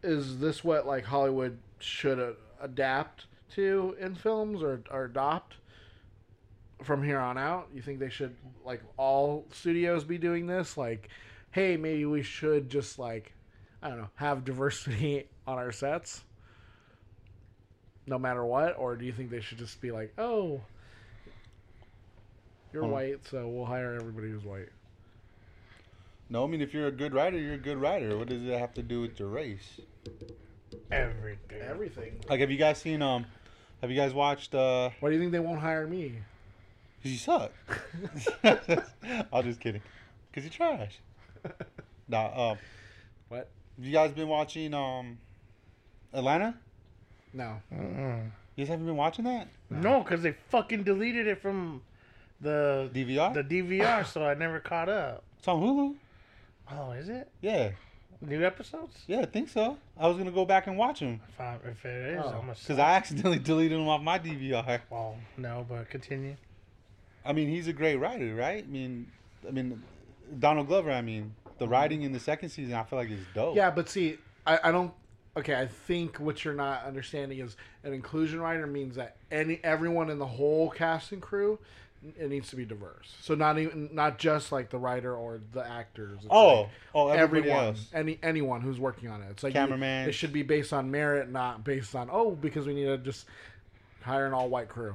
is this what like Hollywood should a- adapt to in films or, or adopt from here on out? You think they should like all studios be doing this? Like, hey, maybe we should just like I don't know, have diversity on our sets no matter what? Or do you think they should just be like, oh, you're
Hmm.
white, so we'll hire everybody who's white?
No, I mean if you're a good writer, you're a good writer. What does it have to do with your race?
Everything.
Everything.
Like, have you guys seen um? Have you guys watched uh?
Why do you think they won't hire me?
Cause you suck. I'm just kidding. Cause you trash. Nah. Um.
What?
You guys been watching um, Atlanta?
No.
Mm-mm.
You guys haven't been watching that
No, because they fucking deleted it from the
DVR?
the DVR, so I never caught up.
It's on Hulu.
Oh, is it
Yeah,
new episodes?
yeah, I think so. I was gonna go back and watch them
If, I, if it is,
Oh.
I'm a
because I accidentally deleted them off my DVR.
Well, no, but continue.
I mean, he's a great writer, right? I mean, I mean, Donald Glover. I mean, the writing in the second season, I feel like is dope.
Mm-hmm. Yeah, but see, I, I don't. Okay, I think what you're not understanding is an inclusion writer means that any everyone in the whole cast and crew it needs to be diverse. So not even not just like the writer or the actors. It's
Oh,
like
oh, everybody
everyone,
else.
any anyone who's working on it. It's like you-
Cameraman.
It should be based on merit, not based on oh because we need to just hire an all white crew.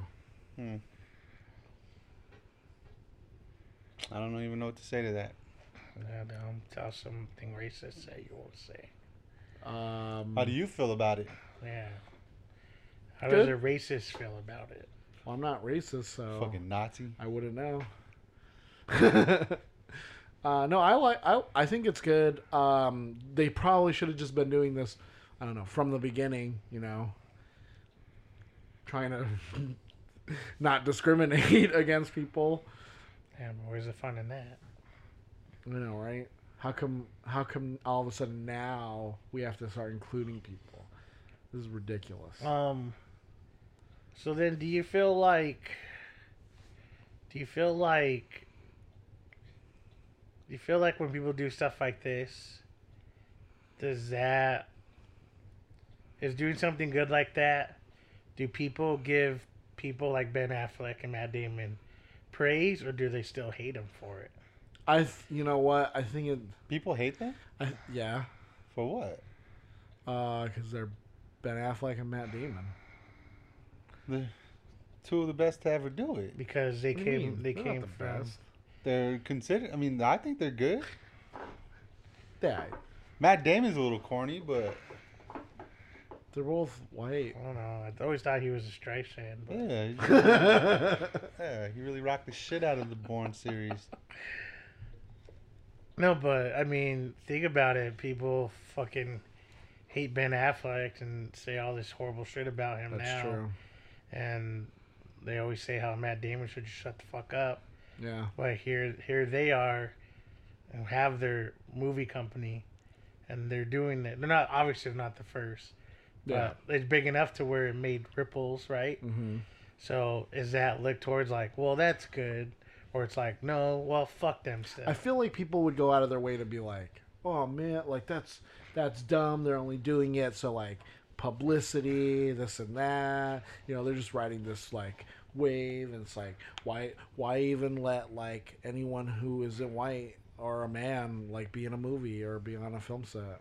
I don't even know what to say to that.
Yeah, don't tell something racist that you won't say.
Um,
How do you feel about it?
Yeah. How does
Good.
a racist feel about it?
well, I'm not racist, so
Fucking Nazi.
I wouldn't know. uh, no, I like. I I think it's good. Um, they probably should have just been doing this. I don't know from the beginning. You know, trying to not discriminate against people.
Yeah, but where's the fun in that?
You know, right? How come? How come all of a sudden now we have to start including people? This is ridiculous.
Um. So then, do you feel like? Do you feel like? Do you feel like when people do stuff like this, does that? Is doing something good like that? Do people give people like Ben Affleck and Matt Damon praise, or do they still hate them for it?
I. Th- you know what? I think it.
People hate them
I, yeah.
for what?
Uh, because they're Ben Affleck and Matt Damon.
The two of the best to ever do it.
Because they
What do you
came,
mean?
they
They're not
came
the
from.
best.
They're considered. I mean, I think they're good.
Yeah,
Matt Damon's a little corny, but
they're both white.
I don't know. I always thought he was a Strife fan, but
yeah, he really-
yeah,
yeah, he really rocked the shit out of the Bourne series.
No, but I mean, think about it. People fucking hate Ben Affleck and say all this horrible shit about him
That's
now.
true.
And they always say how Matt Damon should just shut the fuck up. But here, here they are, and have their movie company, and they're doing it. They're not obviously they're not the first,
Yeah.
but it's big enough to where it made ripples, right?
Mm-hmm.
So is that looked towards like, well, that's good, or it's like, no, well, fuck them stuff.
I feel like people would go out of their way to be like, "Oh man, like that's that's dumb. They're only doing it so like publicity, this and that. You know, they're just riding this like wave, and it's like, why why even let like anyone who isn't white or a man like be in a movie or be on a film set?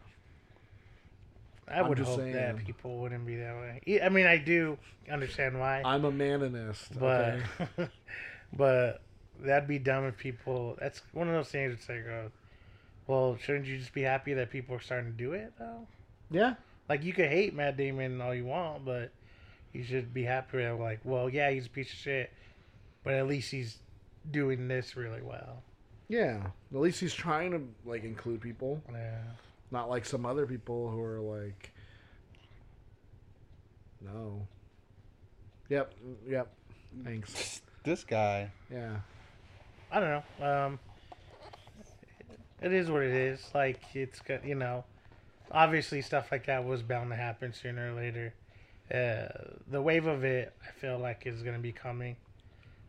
I
I'm
would
just
hope that
saying.
people wouldn't be that way. E- I mean, I do understand why,
I'm a maninist,
but
okay?
but that'd be dumb if people. That's one of those things. It's like, uh, well, shouldn't you just be happy that people are starting to do it though?
Yeah,
Like you could hate Matt Damon all you want, but you should be happy that like, well, yeah, he's a piece of shit, but at least he's doing this really well.
yeah. At least he's trying to like include people.
Yeah.
Not like some other people who are like, no. Yep, yep. Thanks.
This guy,
Yeah.
I don't know. Um, it is what it is. Like it's got you know, obviously stuff like that was bound to happen sooner or later. Uh, the wave of it, I feel like, is gonna be coming.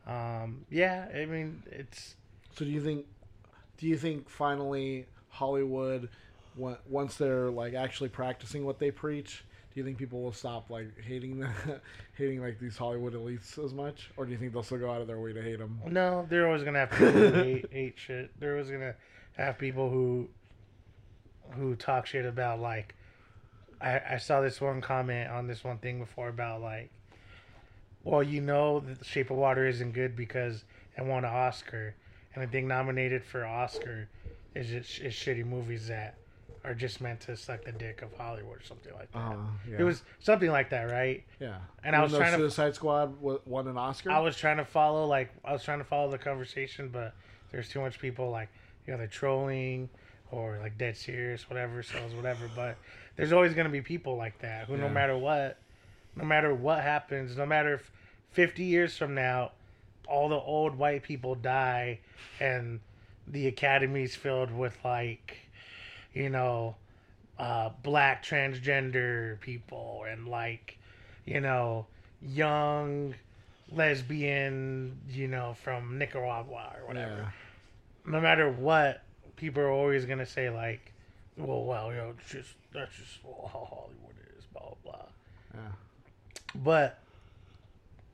Um, yeah, I mean it's
So do you think, do you think finally Hollywood, on- once they're like actually practicing what they preach, do you think people will stop like hating the, hating like these Hollywood elites as much, or do you think they'll still go out of their way to hate them?
no, they're always gonna have people who hate, hate shit. They're always gonna have people who who talk shit about like I, I saw this one comment on this one thing before about like well you know that the shape of water isn't good because it won an oscar and the thing nominated for oscar is just is shitty movies that are just meant to suck the dick of hollywood or something like that
Uh, yeah.
it was something like that right
yeah.
and I was
though
trying to-
Suicide Squad wa- won an Oscar.
I was trying to follow like I was trying to follow the conversation, but there's too much people like you know they're trolling or like dead serious, whatever, so it's whatever. But there's always gonna be people like that who, no
Yeah.
matter what, no matter what happens, no matter if 50 years from now all the old white people die and the academy's filled with like you know uh, black transgender people and like you know young lesbian you know from nicaragua or whatever
Yeah.
no matter what people are always going to say like well well you know it's just that's just well, how hollywood is blah blah blah
Yeah.
but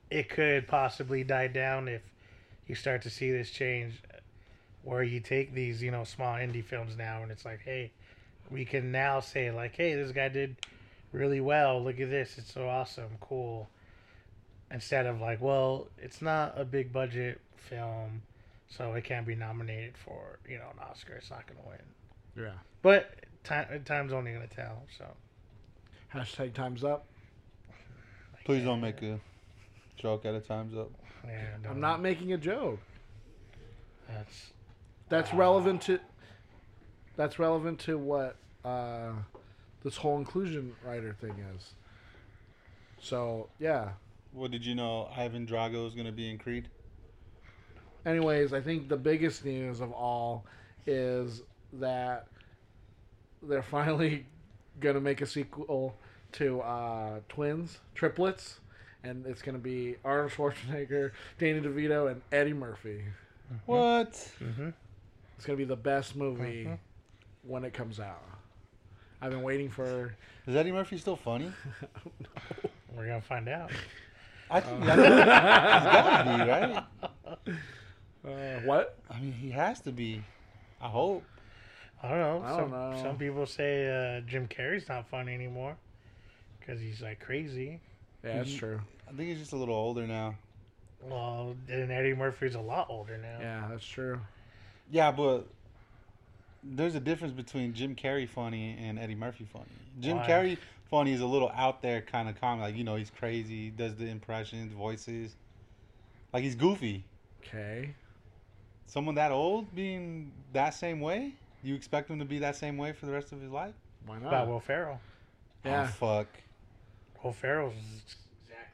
it could possibly die down if you start to see this change where you take these you know small indie films now and it's like hey we can now say like hey this guy did really well look at this it's so awesome cool instead of like well it's not a big budget film so it can't be nominated for you know an oscar it's not gonna win
Yeah.
but time, time's only gonna tell so
Hashtag times up.
Please don't make a joke at a time's up.
yeah,
I'm
don't-
not making a joke.
uh, that's
That's relevant to. That's relevant to what uh, this whole inclusion writer thing is. So yeah.
What did you know? Ivan Drago is gonna be in Creed.
Anyways, I think the biggest news of all is that they're finally gonna make a sequel to uh, Twins Triplets, and it's gonna be Arnold Schwarzenegger, Danny DeVito, and Eddie Murphy.
What?
mhm.
It's gonna be the best movie when it comes out. I've been waiting for.
Is Eddie Murphy still funny?
We're gonna find out.
I
Um,
think I think he's gotta be right.
Uh, what?
I mean, he has to be. I hope.
I don't know.
I
some,
don't know.
some people say uh, Jim Carrey's not funny anymore because he's like crazy.
Yeah, that's
Mm-hmm.
true.
I think he's just a little older now.
Well, and Eddie Murphy's a lot older now.
Yeah, that's true.
Yeah, but there's a difference between Jim Carrey funny and Eddie Murphy funny. Jim
Why?
Carrey funny is a little out there kind of comedy. Like, you know, he's crazy, he does the impressions, voices. Like, he's goofy.
Okay.
Someone that old being that same way? You expect him to be that same way for the rest of his life?
Why
About
not?
Will Ferrell.
Yeah.
Oh, fuck.
Will Ferrell's,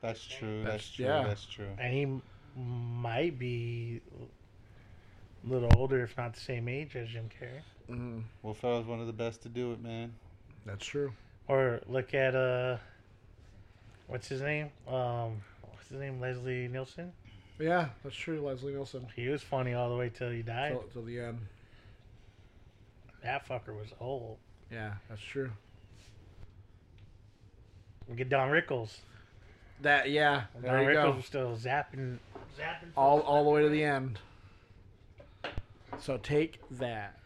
That's true. That's,
That's-
true.
yeah.
That's true.
and he m- might be a little older, if not the same age as Jim Carrey.
Mm,
Will Ferrell's one of the best to do it, man.
that's true.
Or look at uh, what's his name? Um, what's his name? Leslie Nielsen.
Yeah, that's true. Leslie Nielsen.
He was funny all the way till he died.
Till, till the end.
that fucker was old.
Yeah, that's true.
Look at Don Rickles.
That yeah. There
Don
you
Rickles
go.
was still zapping, zapping.
All all the way to the end. So take that.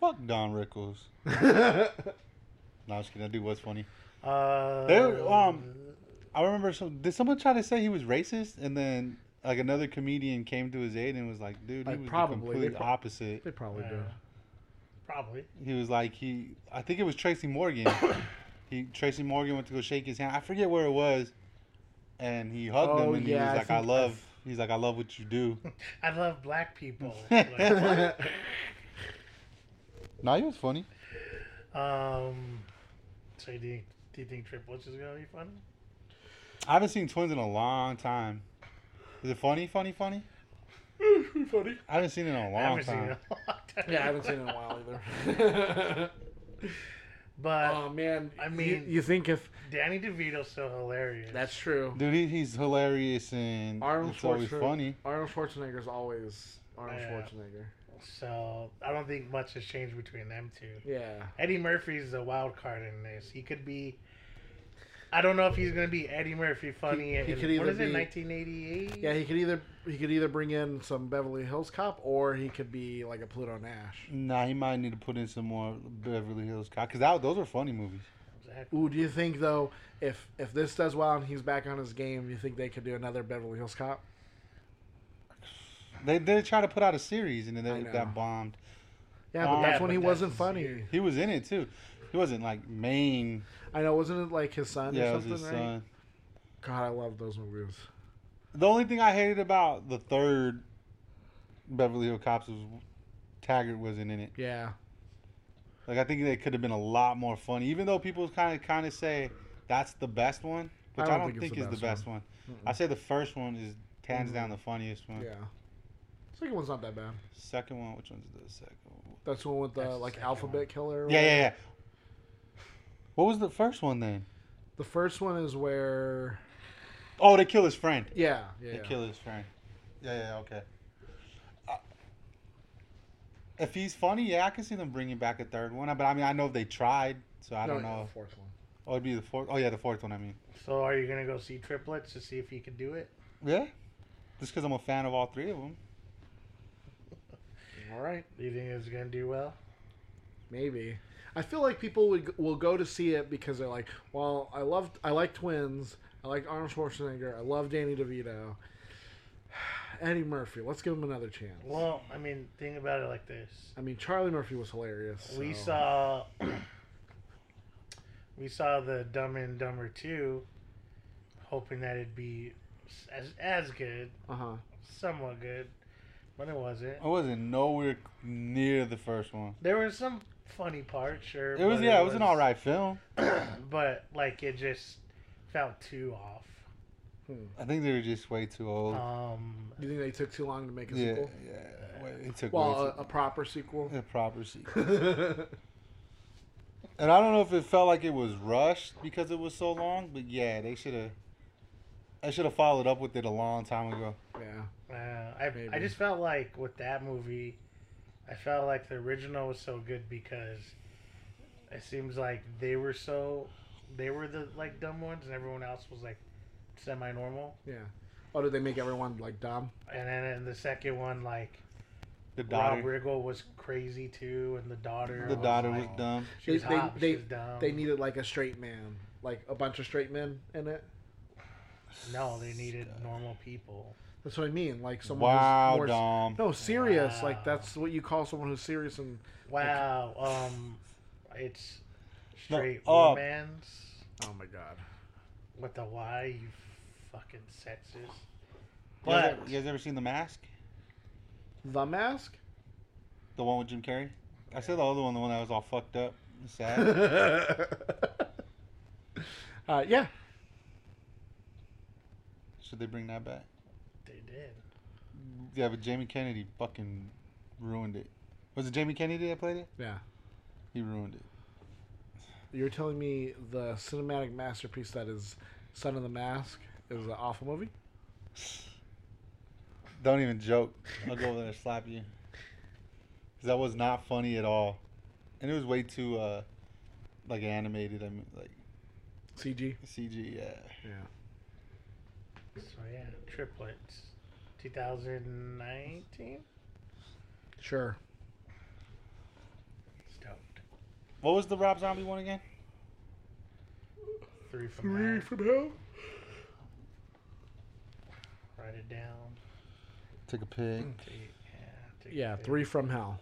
Fuck Don Rickles. No, I'm just kidding. I do what's funny.
Uh,
There, um, I remember some. Did someone try to say he was racist, and then like another comedian came to his aid and was like, "Dude, he
Like,
was
probably.
the
They
complete
pro-
opposite."
They probably
Yeah.
do.
probably.
He was like, "He." I think it was Tracy Morgan. he Tracy Morgan went to go shake his hand. I forget where it was, and he hugged
Oh,
him, and
yeah, I
he was like, "I
think
love." He's like, "I love what you do."
I love black people. Like,
no, he was funny.
what? um, so do you, do you think triplets is gonna be funny?
I haven't seen twins in a long time. Is it funny? Funny? Funny?
funny.
I haven't seen it in a
I
long
haven't seen
time.
it. in a long time.
Yeah, I haven't seen it in a while either.
But
oh man.
I
You-
mean-
you, think if
Danny DeVito's so hilarious.
that's true.
Dude, he, he's hilarious and
Arnold
it's always
Schwarzenegger.
funny.
Arnold Schwarzenegger's always Arnold
Yeah.
Schwarzenegger.
so. I don't think much has changed between them two.
Yeah.
Eddie Murphy's a wild card in this. He could be I don't know if he's gonna be Eddie Murphy funny.
He- he
in-
could either
what is it,
be-
1988?
Yeah, he could either he could either bring in some Beverly Hills Cop or he could be like a Pluto Nash.
Nah, he might need to put in some more Beverly Hills Cop because those were funny movies.
Exactly.
Ooh, do you think though if if this does well and he's back on his game, you think they could do another Beverly Hills Cop?
They they tried to put out a series and then
I
they
know.
got bombed.
Yeah, but
Oh,
that's
yeah,
when
but
he
that's
wasn't
his
funny.
year.
He was in it too. He wasn't like main.
I know, wasn't it like his son
yeah, it
or
was
something?
his
right?
son.
God, I love those movies.
The only thing I hated about the third Beverly Hills Cops was Taggart wasn't in it.
Yeah,
Like I think they could have been a lot more funny. Even though people kind of kind of say that's the best one, which I don't, think,
it's the
is the
best
best one. I say the first one is hands
Mhm.
down the funniest one.
yeah. Second one's not that bad.
Second one, which one's the second one?
That's the one with the
That's the
like
second
alphabet
one.
killer. or
Yeah, yeah,
whatever.
yeah. What was the first one then?
The first one is where
Oh, they kill his friend.
yeah, yeah,
They
yeah.
kill his friend. Yeah, yeah, okay. Uh, if he's funny, yeah, I can see them bringing back a third one. But I mean, I know if they tried, so I
No,
don't
yeah,
know.
the fourth one.
Oh, it'd be the fourth. Oh, yeah, the fourth one. I mean,
So are you gonna go see triplets to see if he could do it?
yeah. Just because I'm a fan of all three of them.
All right,
Do you think it's gonna do well?
maybe. I feel like people would will go to see it because they're like, well, I love I like twins. I like Arnold Schwarzenegger. I love Danny DeVito. Eddie Murphy. Let's give him another chance.
Well, I mean, think about it like this:
I mean, Charlie Murphy was hilarious.
we
so-
saw, we saw the Dumb and Dumber two, hoping that it'd be as as good,
Uh-huh.
somewhat good, but it wasn't.
I wasn't nowhere near the first one.
There was some funny parts, sure.
It was
but
yeah, it was an all right film.
but like it just felt too off.
I think they were just way too old.
Um,
Do you think they took too long to make a
yeah,
sequel?
yeah. Wait, It took way
Well,
too-
a, a proper sequel.
a proper sequel.
yeah,
And I don't know if it felt like it was rushed because it was so long, but yeah, they should have. I should have followed up with it a long time ago.
uh, I I
Maybe.
just felt like with that movie, I felt like the original was so good because it seems like they were so they were the like dumb ones and everyone else was like semi normal.
yeah. Oh, did they make everyone like dumb?
And then in the second one, like
The
Rob
daughter,
Riggle was crazy too, and the daughter
the
was,
daughter was
like,
dumb.
She
They-
was
they-
hot, but
they-
she was dumb.
They needed like a straight man, like a bunch of straight men in it.
no, they needed normal people.
That's what I mean. Like someone who's
Wow,
more
dumb.
no serious.
Wow.
Like that's what you call someone who's serious and
Wow. Um, it's
No,
straight
uh,
romance
oh my god.
with a Y. You fucking sexist.
You guys,
But
ever, you guys ever seen The Mask?
The Mask.
The one with Jim Carrey? I said the other one, the one that was all fucked up, and sad.
uh, yeah.
should they bring that back?
they did.
Yeah, but Jamie Kennedy fucking ruined it. Was it Jamie Kennedy that played it?
Yeah.
He ruined it.
You're telling me the cinematic masterpiece that is Son of the Mask is an awful movie?
Don't even joke. I'll go over there and slap you. 'Cause that was not funny at all, and it was way too uh, like animated. I mean, like
CG.
CG. Yeah.
Yeah.
So yeah, triplets. 2019.
Sure.
Stoked.
What was the Rob Zombie one again?
Three from hell.
from hell.
Write it down.
Take a pig.
Take- yeah. take
Yeah,
the-
three from hell.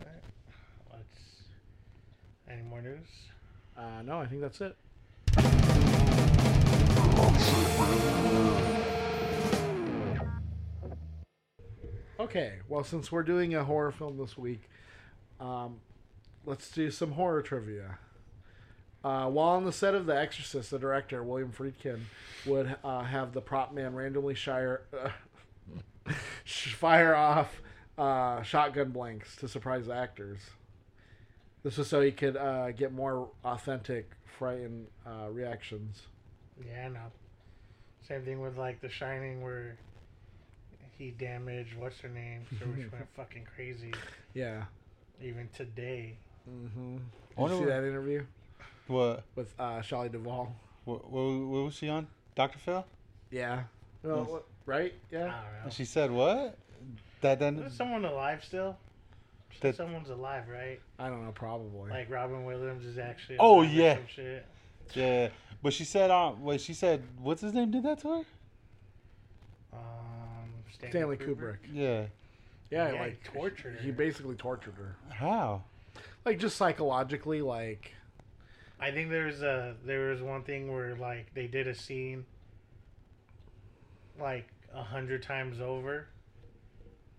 Alright. Let's. Any more news?
Uh, no, I think that's it. Okay, well, since we're doing a horror film this week, um, let's do some horror trivia. Uh, while on the set of The Exorcist, the director, William Friedkin, would uh, have the prop man randomly shire, uh, sh- fire off uh, shotgun blanks to surprise the actors. This was so he could uh, get more authentic, frightened uh, reactions.
Yeah, I know. Same thing with like The Shining, where he damaged what's her name, so she went fucking crazy.
Yeah.
Even today,
Mm-hmm. Did
Wonder
you see
what-
that interview?
What?
with uh, Shelley Duvall.
What, what, what was she on? Dr. Phil?
Yeah. Well,
Yes.
Right?
I
Yeah.
don't know.
And she said what? That then
Is someone alive still?
Mm. That-
Someone's alive, right?
I don't know. Probably.
Like Robin Williams is actually.
Oh,
alive or
yeah.
some shit.
yeah. But she said um wait, she said what's his name did that to her?
Um, Stanley,
Stanley Kubrick.
Yeah.
Yeah,
Yeah,
like
he tortured
He
her.
basically tortured her.
How?
Like just psychologically, like
I think there's a there was one thing where like they did a scene like a hundred times over.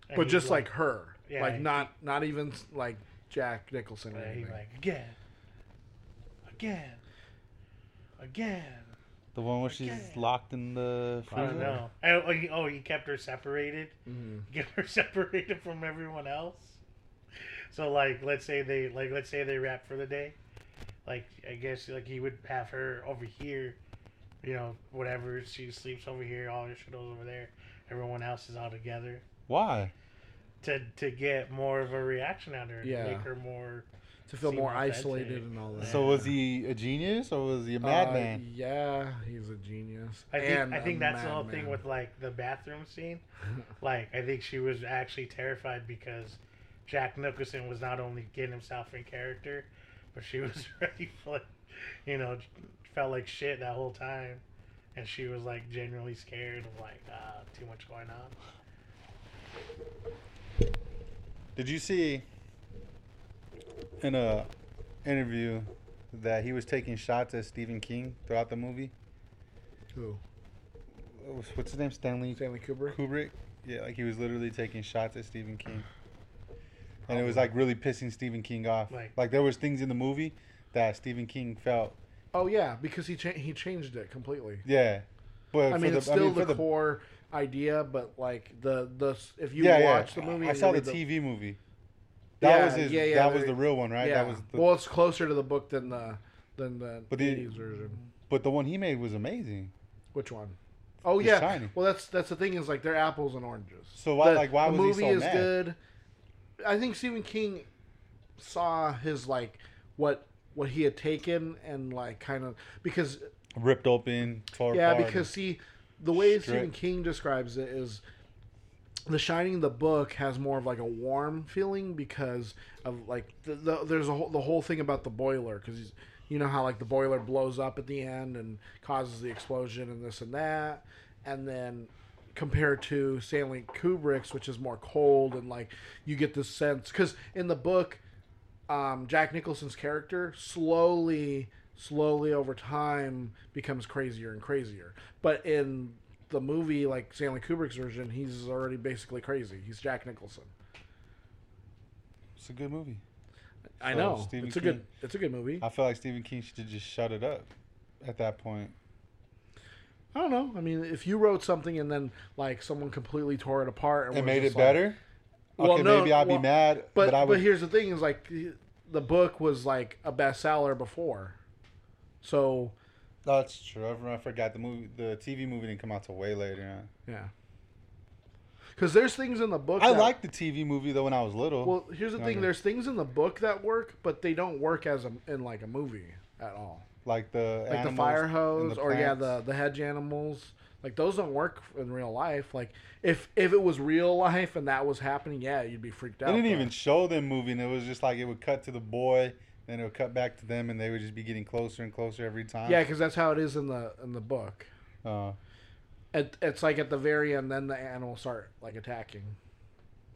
And
but
he's
just like, her.
Yeah,
like
he-
not not even like Jack Nicholson or
Yeah, he's
anything.
like again, again, again.
The one where she's
Okay.
locked in the
I
freezer?
don't know. Oh, oh, he, oh, he kept her separated.
Mhm.
Get her separated from everyone else. So like, let's say they like, let's say they rap for the day. Like, I guess like he would have her over here. You know, whatever she sleeps over here, all her shit over there. Everyone else is all together
Why?
to to get more of a reaction out of her. to
Yeah.
make her more.
to feel
Seem
more
authentic.
isolated and all that.
So was he a genius or was he a
Uh,
madman?
yeah, he's a genius.
I think
And
I
a
think that's the whole thing
madman.
with like the bathroom scene. like I think she was actually terrified because Jack Nicholson was not only getting himself in character, but she was ready for like, you know, felt like shit that whole time, and she was like genuinely scared of like uh, too much going on.
Did you see in a interview that he was taking shots at Stephen King throughout the movie?
who
What's his name? Stanley
Stanley Kubrick.
Kubrick. Yeah, like he was literally taking shots at Stephen King, and it was like really pissing Stephen King off.
Like-
Like there was things in the movie that Stephen King felt.
Oh yeah, because he cha- he changed it completely.
Yeah, but
I mean,
Oh, for
it's still
for
the, core idea, but like the the if you
yeah, yeah.
watch the movie,
I
and you
saw the
read
TV movie. That
Yeah,
was his,
yeah, yeah,
That was
there-
the real one, right?
yeah.
That was. The,
well, it's closer to the book than the than the
But the-
80s version.
but the one he made was amazing.
Which one? Oh
The
yeah.
Shining.
Well, that's that's the thing is like they're apples and oranges.
So why-
The-
like, why
the
was he
movie is
so mad?
good? I think Stephen King saw his like what what he had taken and like kind of because
Ripped open, tore
yeah
apart.
because see the way Stephen
Strict.
King describes it is The Shining the book has more of like a warm feeling because of like the, the, there's a whole, the whole thing about the boiler because you know how like the boiler blows up at the end and causes the explosion and this and that and then compared to Stanley Kubrick's which is more cold and like you get this sense because in the book um, Jack Nicholson's character slowly, slowly over time becomes crazier and crazier. But in the movie, like Stanley Kubrick's version, he's already basically crazy. He's Jack Nicholson.
it's a good movie.
I
So,
know
Stephen
it's a
King- Uh,
good, it's a good movie.
I feel like Stephen King should just shut it up at that point.
I don't know. I mean, if you wrote something and then like someone completely tore it apart and
It
was
made
just
it
like-
better.
Well,
okay,
no,
maybe I'd
well,
be mad,
but
but, I would.
but here's the thing: is like the book was like a bestseller before, so
That's true. I forgot the movie. The TV movie didn't come out till way later. On.
yeah. Because there's things in the book
I
that-
liked the TV movie though when I was little.
Well, here's the
Okay.
thing: there's things in the book that work, but they don't work as a, in like a movie at all.
like the
Like the
animals
fire
and
hose,
the
or yeah,
plants.
the the hedge animals. Like those don't work in real life. Like if if it was real life and that was happening, yeah, you'd be freaked out.
They didn't
but-
even show them moving. It was just like it would cut to the boy, then it would cut back to them, and they would just be getting closer and closer every time.
Yeah, because that's how it is in the in the book.
Uh,
It, it's like at the very end, then the animals start like attacking,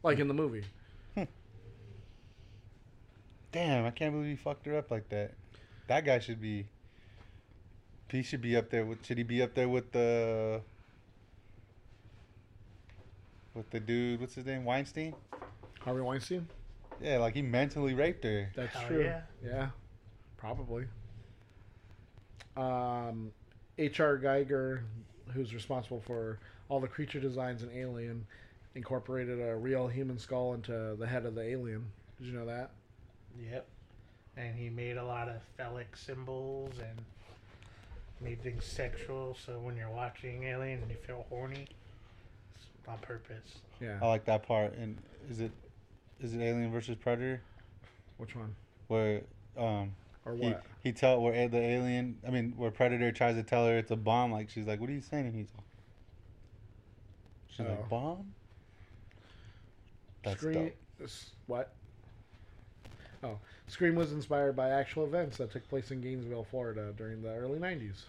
like in the movie.
damn, I can't believe he fucked her up like that. That guy should be. He should be up there with. Should he be up there with the? With the dude, what's his name? Weinstein.
Harvey Weinstein.
Yeah, like he mentally raped her.
That's
Hell
true.
yeah.
Yeah, probably. Um, H.R. Geiger, who's responsible for all the creature designs in Alien, incorporated a real human skull into the head of the alien. Did you know that?
Yep. And he made a lot of phallic symbols and made things sexual. So when you're watching Alien and you feel horny, it's on purpose.
Yeah.
I like that part. And is it is it Alien versus Predator
Which one?
where um
or
He,
what?
he tell where a- the alien, I mean, where Predator tries to tell her it's a bomb. Like she's like, "What are you saying?" And he's like, "She's
Oh.
like bomb." That's
Scream.
dope.
s- What? Oh, Scream was inspired by actual events that took place in Gainesville, Florida during the early 90s.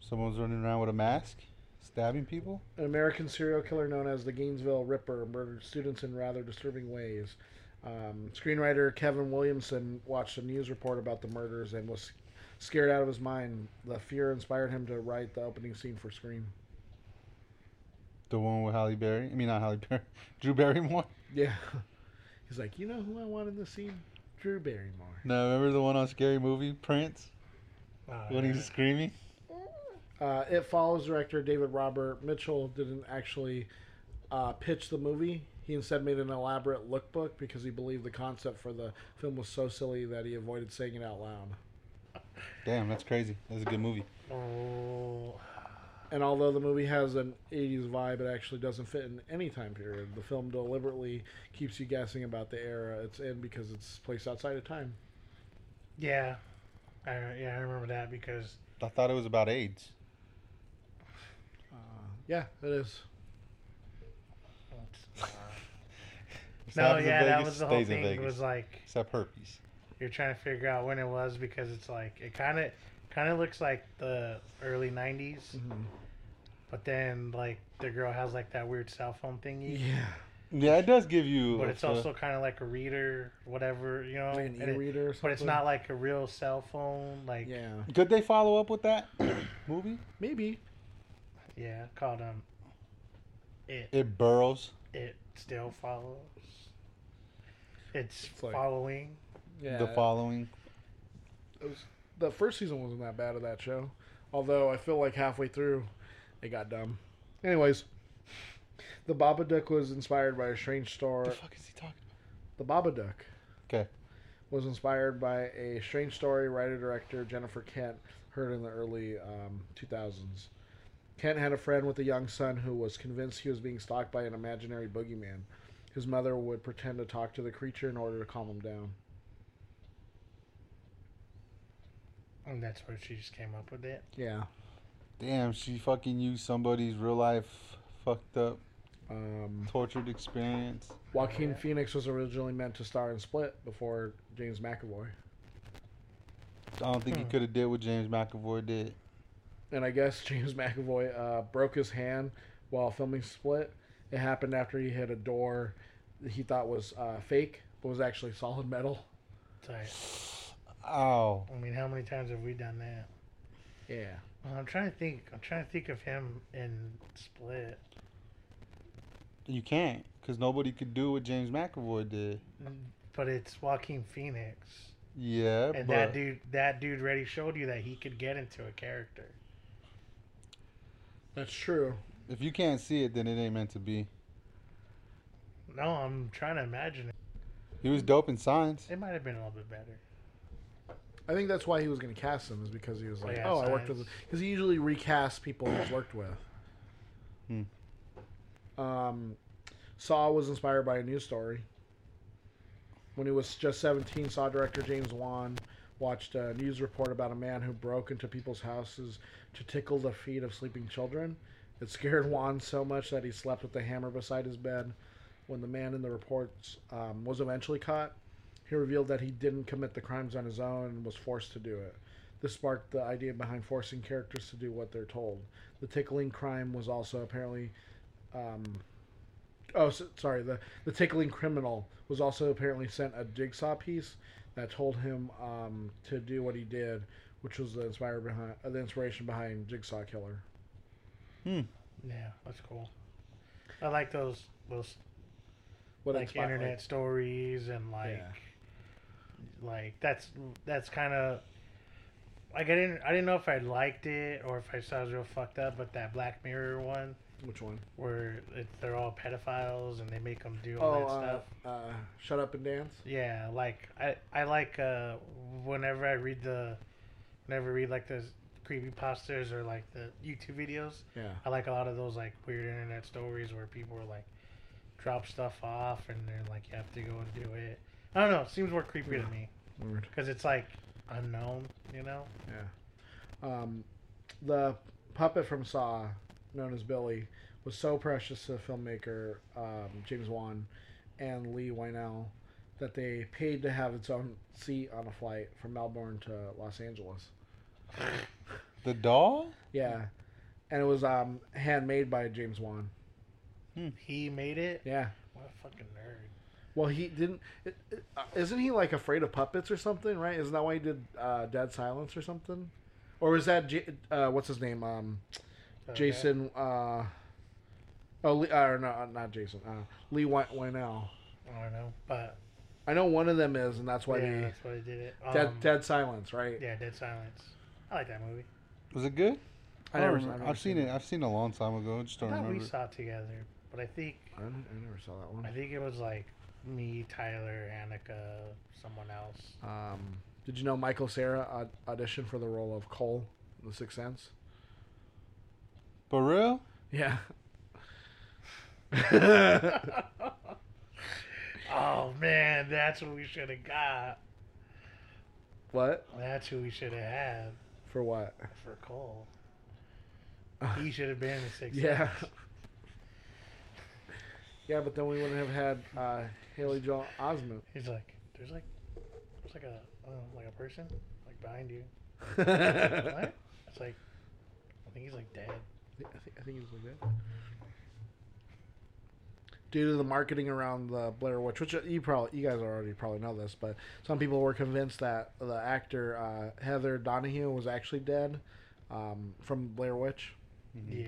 Someone's running around with a mask, stabbing people.
An American serial killer known as the Gainesville Ripper murdered students in rather disturbing ways. Um, screenwriter Kevin Williamson watched a news report about the murders and was scared out of his mind. The fear inspired him to write the opening scene for Scream.
The one with Halle Berry. I mean, not Halle Berry. Drew Barrymore.
Yeah. He's like, you know who I want in this scene? Drew Barrymore.
No, remember the one on Scary Movie, Prince,
Oh,
when he
yeah.
was screaming.
Uh, it Follows director David Robert Mitchell didn't actually uh, pitch the movie. He instead made an elaborate lookbook because he believed the concept for the film was so silly that he avoided saying it out loud.
Damn, that's crazy. That's a good movie.
Oh,
And although the movie has an 80s vibe, it actually doesn't fit in any time period. The film deliberately keeps you guessing about the era it's in because it's placed outside of time.
yeah. I, yeah, I remember that because
I thought it was about AIDS.
Uh, yeah, it is.
it's, uh,
What
no,
happens in
yeah, that
Vegas
was the whole
stays in
thing. It
Vegas.
was like
Except herpes.
you're trying to figure out when it was because it's like it kind of kind of looks like the early 90s
Mhm.
but then like the girl has like that weird cell phone thingy
Yeah.
Yeah, it does give you.
but
a
it's
feel-
also kind of like a reader whatever you know
Like
and
an
it-
e-reader or something.
but it's not like a real cell phone like yeah,
Yeah.
Could they follow up with that movie?
Maybe.
called um it
It burrows.
it still follows it's,
It's like-
following
Yeah.
The following.
it was, the first season wasn't that bad of that show. Although I feel like halfway through, it got dumb. Anyways, the Babadook was inspired by a strange
What
story.
the fuck is he talking about?
The Babadook.
Okay.
Was inspired by a strange story writer director Jennifer Kent heard in the early um, 2000s. Kent had a friend with a young son who was convinced he was being stalked by an imaginary boogeyman. His mother would pretend to talk to the creature in order to calm him down.
and that's where she just came up with it
Yeah.
Damn, she fucking used somebody's real life fucked up,
Um,
tortured experience.
Joaquin
Yeah.
Phoenix was originally meant to star in Split before James McAvoy.
I don't think he
Hmm.
could have did what James McAvoy did.
And I guess James McAvoy uh, broke his hand while filming Split. It happened after he hit a door that he thought was uh, fake, but was actually solid metal.
it's like,
Ow.
i mean how many times have we done that
Yeah.
well, i'm trying to think i'm trying to think of him in split
You can't, because nobody could do what James McAvoy did.
but it's Joaquin Phoenix,
Yeah,
and
but
that dude, that dude already showed you that he could get into a character.
That's true.
if you can't see it, then it ain't meant to be.
No, I'm trying to imagine it.
He was dope in Signs.
It might have been a little bit better.
I think that's why he was going to cast him, is because he was like,
Yeah,
oh, I worked
science.
with. Because he usually recasts people he's worked with.
Hmm.
Um, Saw was inspired by a news story. When he was just 17, Saw director James Wan watched a news report about a man who broke into people's houses to tickle the feet of sleeping children. It scared Wan so much that he slept with a hammer beside his bed. When the man in the reports um, was eventually caught, he revealed that he didn't commit the crimes on his own and was forced to do it. This sparked the idea behind forcing characters to do what they're told. The tickling crime was also apparently, um, oh, s sorry, the the tickling criminal was also apparently sent a jigsaw piece that told him um, to do what he did, which was the inspire behind uh, the inspiration behind Jigsaw Killer.
Yeah, that's cool. I like those those
What
like
inspired-
internet stories and like
Yeah.
like that's that's kind of like I didn't I didn't know if I liked it or if I saw it was real fucked up, but that Black Mirror one
which one?
where it, they're all pedophiles and they make them do all
Oh,
that
uh,
stuff.
uh, shut up and dance.
Yeah, like I, I like uh, whenever I read the, whenever I read like the creepy posters or like the YouTube videos,
Yeah.
I like a lot of those like weird internet stories where people are like, drop stuff off and they're like you have to go and do it. I don't know. It seems more creepy to me
Weird.
because it's like unknown, you know?
Yeah. Um, the puppet from Saw, known as Billy, was so precious to filmmaker um, James Wan and Lee Wynell that they paid to have its own seat on a flight from Melbourne to Los Angeles.
The doll?
Yeah. And it was um, handmade by James Wan.
He made it.
Yeah.
What a fucking nerd.
Well, he didn't. It, it, uh, isn't he like afraid of puppets or something? Right? Isn't that why he did uh, Dead Silence or something? Or was that J- uh, what's his name? Um,
Uh,
Jason. Uh, oh, Lee, uh, no, not Jason. Uh, Lee Wy- Wynell.
that- I don't know, but
I know one of them is, and that's why
yeah,
they
that's why they did it.
Dead,
Um,
Dead Silence, right?
Yeah, Dead Silence. I like that movie.
Was it good?
I
um,
never,
don't
I
remember.
never
I've seen it. I've seen it a long time ago. I just
I
don't
thought we
remember.
saw it together, but I think
I, don't- I never saw that
I
one.
think it was like me, Tyler, Annika, someone else.
Um, did you know Michael Sarah aud- auditioned for the role of Cole in The Sixth Sense?
For real?
Yeah.
Oh man, that's what we should have got.
what?
That's who we should have had
For what?
for Cole. He should have been in the six.
Yeah. yeah, but then we wouldn't have had uh, Haley Joel Osment.
He's like, there's like, there's like a uh, like a person like behind you. What? It's like, I think he's like dead.
I think, I think it was like that. Due to the marketing around the Blair Witch, which uh, you probably you guys already probably know this, but some people were convinced that the actor uh, Heather Donahue was actually dead um, from Blair
Yeah.
Witch.
For the
Mm-hmm.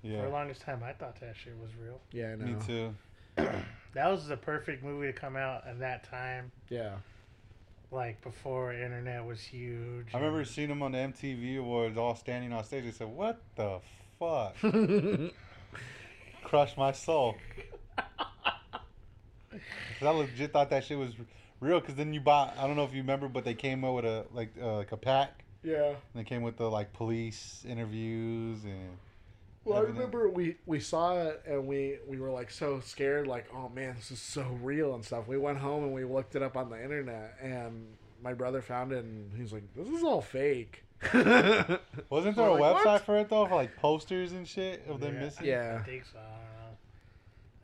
Yeah.
longest time, I thought that shit was real.
Yeah, I know.
Me too.
That was the perfect movie to come out at that time,
Yeah,
like before internet was huge.
I remember
and-
seeing them on the MTV Awards, all standing on stage. I said, "What the fuck?" Crushed my soul. 'Cause I legit thought that shit was r- real. Cause then you bought. I don't know if you remember, but they came out with a like uh, like a pack,
yeah.
and they came with the like police interviews and.
Well, I
Everything.
remember we, we saw it and we, we were like so scared, like, oh man, this is so real and stuff. We went home and we looked it up on the internet, and my brother found it and he's like, this is all fake. yeah.
Wasn't there a
We're like,
website
"What?"
for it though, for like posters and shit of them
Yeah,
missing?
I think so. I don't know.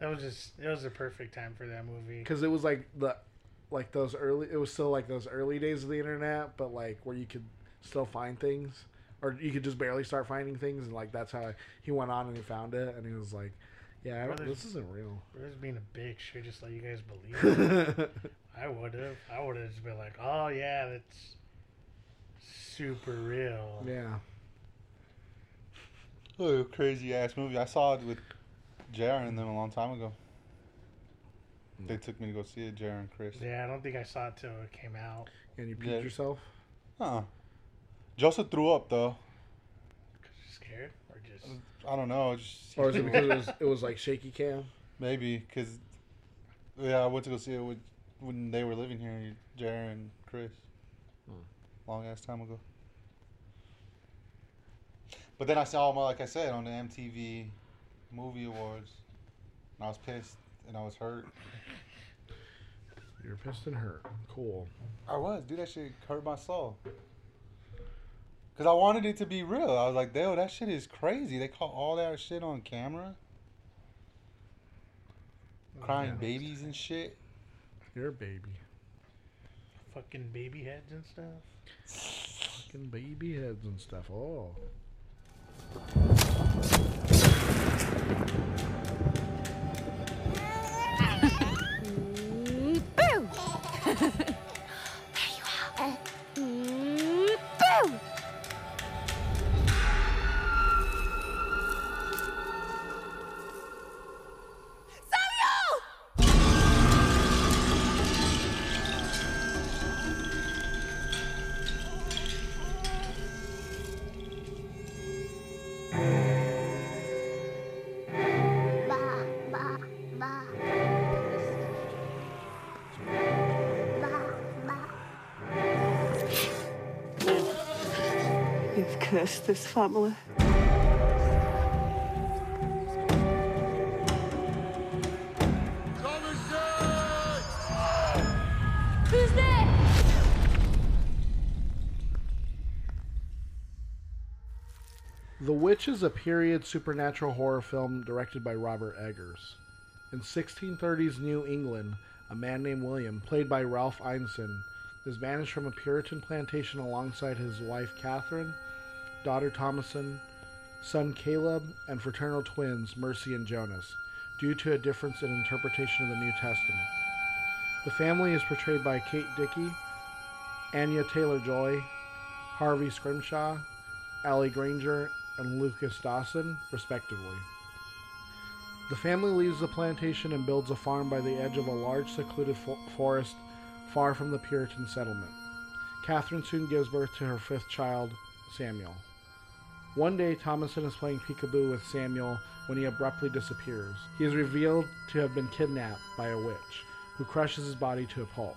That was just it was the perfect time for that movie.
because it was like the like those early it was still like those early days of the internet but like where you could still find things or you could just barely start finding things and like that's how he went on and he found it and he was like yeah I don't-
Brothers-
this isn't real
We're just being a bitch. We just let you guys believe. it. I would have. I would have just been like, oh yeah, that's super real.
yeah
Oh, crazy ass movie. I saw it with JR and them a long time ago. They took me to go see it, JR and Chris.
Yeah, I don't think I saw it till it came out.
and you peed
Yeah.
yourself
Huh. Joseph threw up though.
'Cause you're scared or just
I don't know. Just,
or is it because it was, it was like shaky cam
Maybe because yeah, I went to go see it with, when they were living here, JR and Chris,
Hmm.
long ass time ago. But then I saw him, like I said, on the MTV Movie Awards, and I was pissed and I was hurt.
your piston hurt cool
I was, dude. That shit hurt my soul. Cause I wanted it to be real. I was like, "Damn, that shit is crazy." They caught all that shit on camera, crying
Mm-hmm. Yeah.
babies and shit.
you're a baby
fucking baby heads and stuff.
fucking baby heads and stuff oh
Mm, Boo! there you are. Mm, Boo! Samuel!
You've cursed this family.
Who's there?
The Witch is a period supernatural horror film directed by Robert Eggers. In 1630s New England, a man named William, played by Ralph Einstein, is banished from a Puritan plantation alongside his wife Catherine, daughter Thomason, son Caleb, and fraternal twins Mercy and Jonas, due to a difference in interpretation of the New Testament. The family is portrayed by Kate Dickey, Anya Taylor Joy, Harvey Scrimshaw, Allie Granger, and Lucas Dawson, respectively. The family leaves the plantation and builds a farm by the edge of a large secluded fo- forest far from the Puritan settlement. Catherine soon gives birth to her fifth child, Samuel. One day, Thomason is playing peekaboo with Samuel when he abruptly disappears. He is revealed to have been kidnapped by a witch, who crushes his body to a pulp.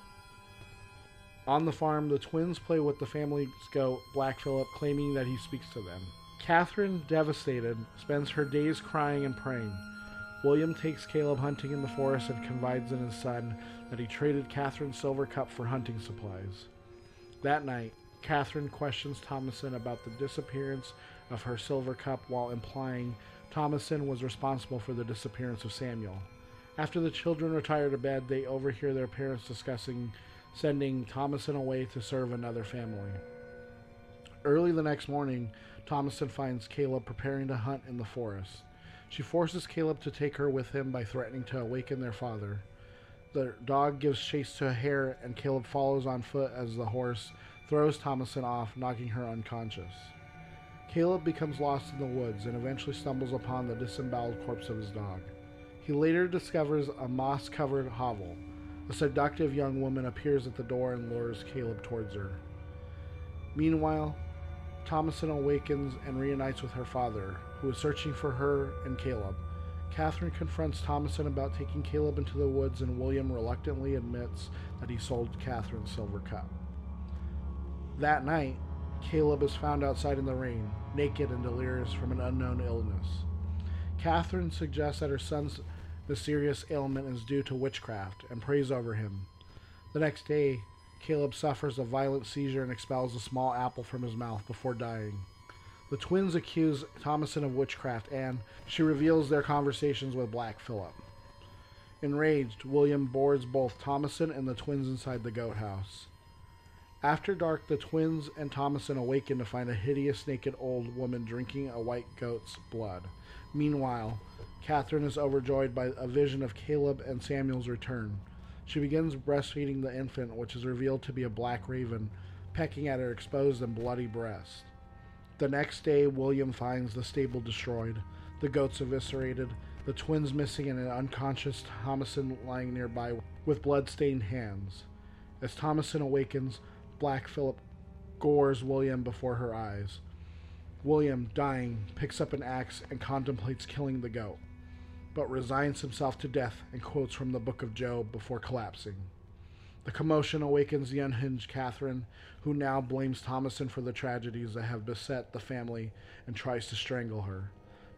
On the farm, the twins play with the family's goat, Black Phillip, claiming that he speaks to them. Catherine, devastated, spends her days crying and praying. William takes Caleb hunting in the forest and confides in his son that he traded Catherine's silver cup for hunting supplies. That night, Catherine questions Thomason about the disappearance of her silver cup while implying Thomason was responsible for the disappearance of Samuel. After the children retire to bed, they overhear their parents discussing sending Thomason away to serve another family. Early the next morning, Thomason finds Caleb preparing to hunt in the forest. She forces Caleb to take her with him by threatening to awaken their father. The dog gives chase to a hare, and Caleb follows on foot as the horse throws Thomason off, knocking her unconscious. Caleb becomes lost in the woods and eventually stumbles upon the disemboweled corpse of his dog. He later discovers a moss covered hovel. A seductive young woman appears at the door and lures Caleb towards her. Meanwhile, Thomason awakens and reunites with her father, who is searching for her and Caleb. Catherine confronts Thomason about taking Caleb into the woods, and William reluctantly admits that he sold Catherine's silver cup. That night, Caleb is found outside in the rain, naked and delirious from an unknown illness. Catherine suggests that her son's mysterious ailment is due to witchcraft and prays over him. The next day, Caleb suffers a violent seizure and expels a small apple from his mouth before dying. The twins accuse Thomason of witchcraft, and she reveals their conversations with Black Phillip. Enraged, William boards both Thomason and the twins inside the goat house. After dark, the twins and Thomason awaken to find a hideous naked old woman drinking a white goat's blood. Meanwhile, Catherine is overjoyed by a vision of Caleb and Samuel's return. She begins breastfeeding the infant, which is revealed to be a black raven, pecking at her exposed and bloody breast. The next day, William finds the stable destroyed, the goats eviscerated, the twins missing, and an unconscious Thomason lying nearby with blood-stained hands. As Thomason awakens, Black Phillip gores William before her eyes. William, dying, picks up an axe and contemplates killing the goat, but resigns himself to death and quotes from the Book of Job before collapsing. The commotion awakens the unhinged Catherine, who now blames Thomason for the tragedies that have beset the family and tries to strangle her.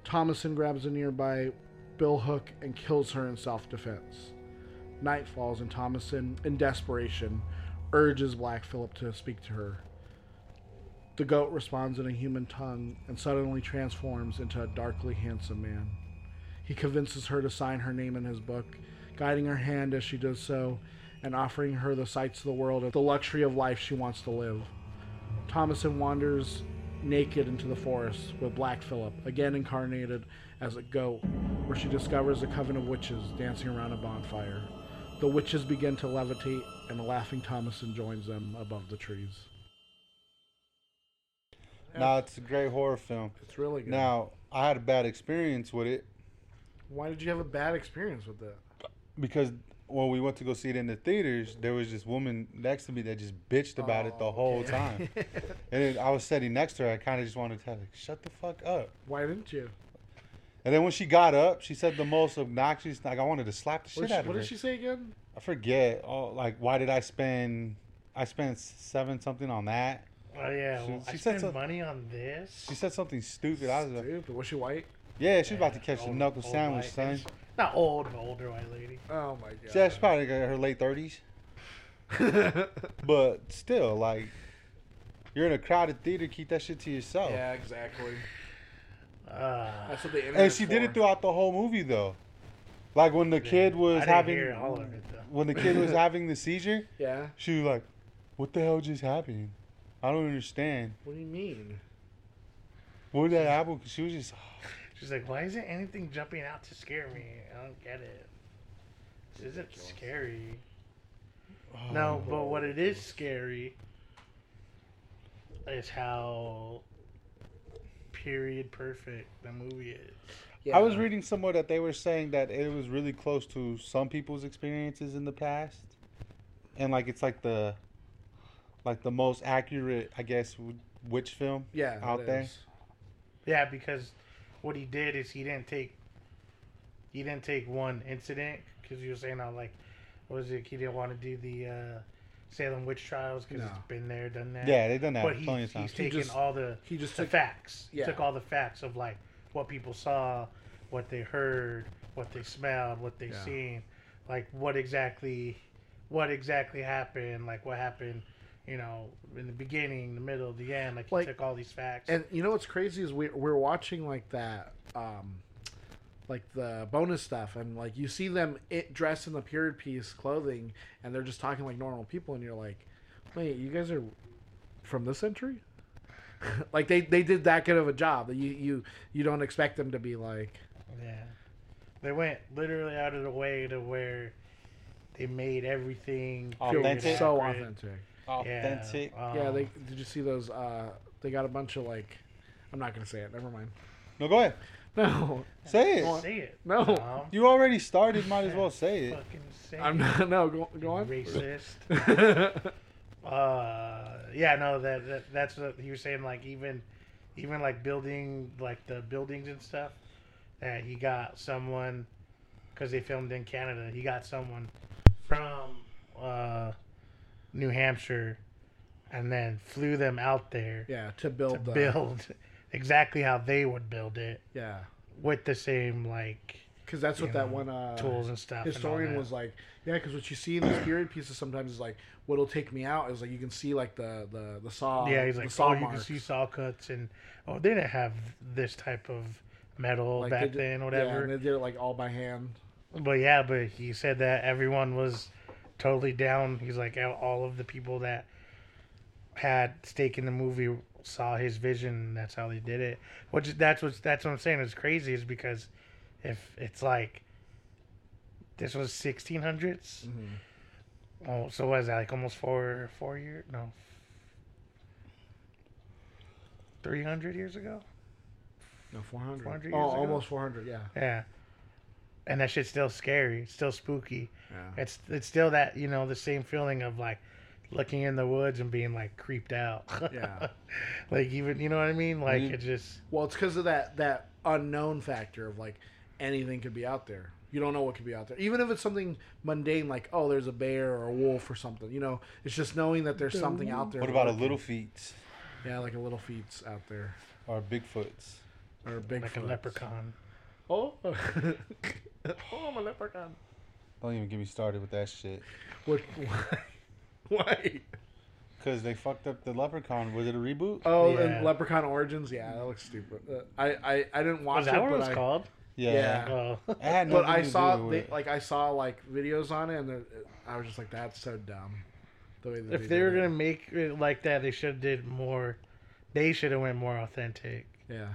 Thomason grabs a nearby billhook and kills her in self defense. Night falls, and Thomason, in desperation, urges Black Phillip to speak to her. The goat responds in a human tongue and suddenly transforms into a darkly handsome man. He convinces her to sign her name in his book, guiding her hand as she does so and offering her the sights of the world and the luxury of life she wants to live. Thomason wanders naked into the forest with Black Phillip, again incarnated as a goat, where she discovers a coven of witches dancing around a bonfire. The witches begin to levitate, and Laughing Thomason joins them above the trees.
No, it's a great horror film.
It's really good.
Now, I had a bad experience with it
Why did you have a bad experience with that?
because when we went to go see it in the theaters, there was this woman next to me that just bitched about it
Oh,
the whole time. and then I was sitting next to her. I kind of just wanted to tell her, like, shut the fuck up.
Why didn't you?
And then when she got up, she said the most obnoxious. Like I wanted to slap the shit
What, did she,
out of
what
her.
did she say again?
I forget. Oh, like why did I spend? I spent seven something on that.
Oh yeah,
She-
well,
she
I
said
spent
some-
money on this.
She said something stupid. I was like,
Stupid. Was she white?
yeah, she's about to catch a
Old-
knuckle
old
sandwich,
white-
son.
Not old, but older white lady.
Oh my god.
Yeah, she's probably in her late thirties. But
Oh.
still, like, you're in a crowded theater. Keep that shit to yourself.
yeah, exactly.
Uh,
That's what the internet.
And she did it throughout the whole movie though. Like when the kid
I
was
didn't
having
hear all of it though.
when the kid was having the seizure,
Yeah.
she was like, "What the hell just happened? I don't understand.
What do you mean?
What did that happen?" 'Cause she was just
She's like, why isn't anything jumping out to scare me? I don't get it. This isn't scary.
Oh,
No, but what it is scary is how period perfect the movie is.
Yeah.
I was reading somewhere that they were saying that it was really close to some people's experiences in the past, and like it's like the, like the most accurate, I guess, w- witch film.
Yeah.
out
it
there.
is.
Yeah, because what he did is he didn't take he didn't take one incident because you were saying how like what was it he didn't want to do the uh, Salem witch trials because
No.
it's been there done that.
Yeah, they've done that
but he,
plenty
he's
of times.
taken
just-
all the
he just
the
took-
facts. He
yeah.
took all the facts of like what people saw, what they heard, what they smelled, what they
Yeah.
seen, like what exactly what exactly happened, like what happened, you know, in the beginning, the middle, the end. Like he
Like-
took all these facts.
And you know what's crazy is we we're watching like that, um, like the bonus stuff, and like you see them it dressed in the period piece clothing, and they're just talking like normal people, and you're like, wait, you guys are from this century? like they they did that good of a job that you you you don't expect them to be like
Yeah. They went literally out of the way to where they made everything
feel
Authentic.
so
accurate.
authentic.
Yeah,
authentic.
um,
yeah, they did you see those? Uh, they got a bunch of like, I'm not gonna say it. Never mind.
No, go ahead.
No,
Say it.
um, say it.
No.
Tom.
You already started. Might as well say it.
fucking say
I'm
it.
not. No, go, go on.
racist. uh, yeah, no, that, that that's what he was saying. Like even, even like building like the buildings and stuff. That he got someone, because they filmed in Canada. He got someone from uh, New Hampshire, and then flew them out there
Yeah, to build uh,
to
the
build exactly how they would build it
Yeah,
with the same like
because that's what
you
that
know,
one uh,
tools and stuff. and all
historian
that.
was like. Yeah, because what you see in these period pieces sometimes is like what'll take me out is like you can see like the the the saw.
Yeah, he's
the
like,
saw
oh, you can
marks."
see saw cuts and oh, they didn't have this type of metal
Like, they
back
did-
then,
Yeah,
whatever.
and they did it like all by hand.
but yeah, but he said that everyone was totally down. He's like, all- all of the people that had stake in the movie saw his vision. And that's how they did it. Which is- that's what that's what I'm saying is crazy is because if it's like this was 1600s. Oh, so what is that like almost four four year no. 300 years ago?
No, 400.
400
oh,
years ago?
almost 400. Yeah.
Yeah. And that shit's still scary. It's still spooky.
Yeah.
It's it's still that, you know, the same feeling of like looking in the woods and being like creeped out.
Yeah. Mm-hmm.
like even you know what I mean? Like
Mhm.
it just
Well, it's because of that that unknown factor of like anything could be out there. You don't know what could be out there, even if it's something mundane like oh, there's a bear or a wolf or something. You know, it's just knowing that there's something out there.
What about a
lurking.
little feet
Yeah, like a little feet's out there
or Bigfoots?
or a big
like a leprechaun.
Oh, oh, I'm a leprechaun.
Don't even get me started with that shit.
What? Why? why?
Cause they fucked up the Leprechaun. Was it a reboot?
Oh,
Yeah.
and Leprechaun Origins. Yeah, that looks stupid. Uh, I, I I didn't watch
Was that
it,
what it
but
was
I,
called?
yeah.
Oh.
It had
But
nothing
I
to
saw
do
they,
with it.
like I saw like videos on it, and they're- I was just like, that's so dumb. The way that
if they were
did
gonna make it like that, they should have did more. They should have went more authentic,
it. yeah,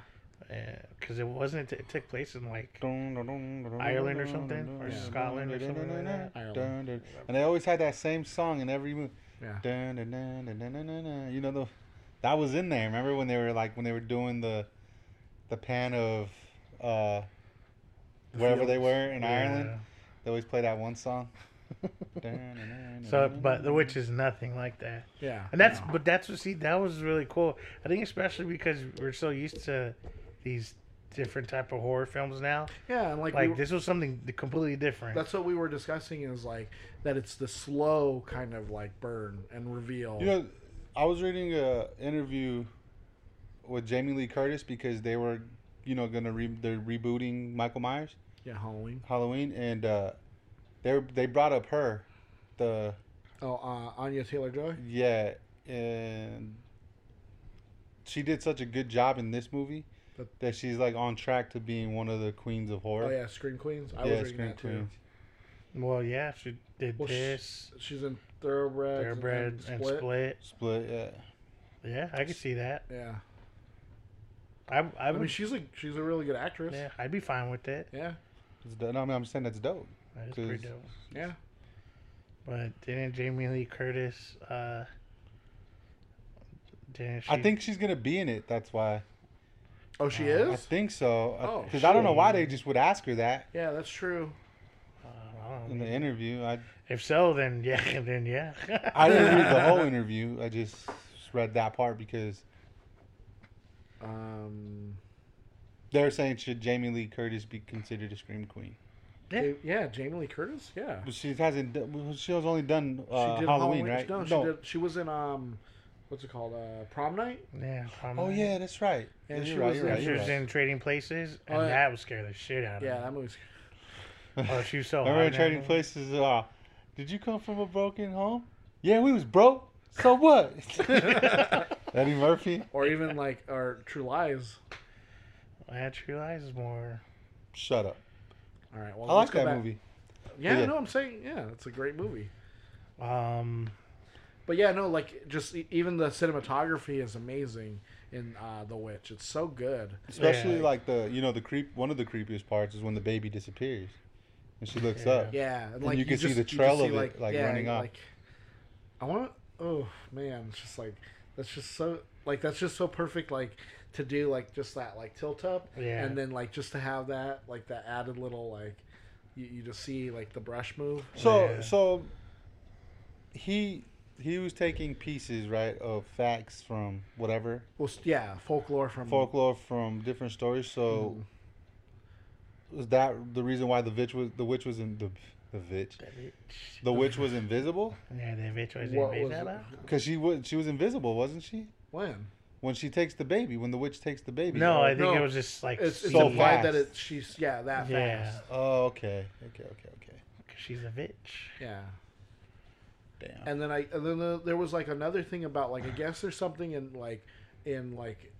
because it wasn't. It took place in like
Ireland
Ireland or something? Or Scotland or something like that?
Ireland.
And they always had that same song in every movie.
yeah,
Dun, dun, dun, dun, dun, dun, dun, dun. You know the that was in there. Remember when they were like when they were doing the the pan of uh wherever they
fields.
were in Ireland.
Yeah.
They always play that one song. Dun, dun, dun,
So,
dun, dun,
but the witch is nothing like that,
yeah.
and that's but that's what see that was really cool. I think especially because we're so used to these different type of horror films now.
yeah, and like, we
Like
were-
this was something completely different.
that's what we were discussing is like that it's the slow kind of like burn and reveal.
You know, I was reading a interview with Jamie Lee Curtis because they were, you know, gonna re- they're rebooting Michael Myers
yeah, Halloween.
Halloween, and uh, they they brought up her, the
Oh, uh, Anya Taylor Joy.
yeah, and she did such a good job in this movie
But-
that she's like on track to being one of the queens of horror.
Oh yeah, Scream Queens. I
Yeah,
was reading
Scream
that too.
Queens.
Well, yeah, she did
Well, sh-
this,
She's in Thoroughbred,
Thoroughbred, and split.
Split, yeah.
Yeah, I could see that.
Yeah,
I, I
I mean
would.
she's like she's a really good actress.
yeah, I'd be fine with it.
yeah,
It's dope. No, I mean, I'm saying that's dope.
That is pretty
Cause-
dope.
yeah.
But didn't Jamie Lee Curtis? uh didn't
I
she-
think she's gonna be in it. That's why.
Oh, she
Uh,
I
is.
think so.
Oh,
Because I don't know why they just would ask her that
Yeah, that's true.
uh, I don't
in
know.
the
Mm-hmm.
interview. I
If so, then yeah, then yeah.
I didn't read the whole interview. I just read that part because
Um,
they're saying should Jamie Lee Curtis be considered a scream queen?
Yeah.
Ja- yeah, Jamie Lee Curtis. Yeah,
But she hasn't. done- well, She was only done uh, Halloween, right?
No, she did. She was in um, what's it called? Uh, prom night.
yeah. I'm-
Oh yeah, that's right.
And
Yeah,
she
you're right,
was
you're
in-
right,
She
you're
was
right.
in Trading Places, and
Oh, yeah.
that would scare the shit out of
Yeah,
me.
that movie's.
Oh, she was so.
Remember
hot
in Trading
that movie.
Places? Uh, did you come from a broken home? Yeah, we was broke. So what? Eddie Murphy.
Or even like our True Lies.
Yeah, True Lies is more.
Shut up.
All right. Well,
I like
let's go
that
back-
movie.
Yeah,
Yeah.
no, I'm saying yeah, it's a great movie.
Um,
But yeah, no, like just e- even the cinematography is amazing in uh, The Witch. It's so good.
Especially
Yeah.
like the you know the creep. One of the creepiest parts is when the baby disappears, and she looks up.
Yeah, and
you can see the
you
trail of it, like, running up.
I want. to Oh man, it's just like that's just so like that's just so perfect. Like to do like just that like tilt up,
Yeah.
and then like just to have that like that added little like you, you just see like the brush move.
So
Yeah.
so he he was taking pieces right of facts from whatever
Well, s- yeah, folklore from
folklore from different stories. So
Mm-hmm.
was that the reason why the witch was the witch was in the the witch the witch was invisible
yeah, the bitch was
What
in
was
Bizarre.
it?
because she was she was invisible wasn't she
when
when she takes the baby when the witch takes the baby
No, I think
No.
it was just like
it's, it's
So
implied that
fast.
it she's yeah that
Yeah.
fast
oh okay okay okay okay
Cause she's a bitch.
yeah.
damn
and then I and then the, there was like another thing about like I guess there's something in like in like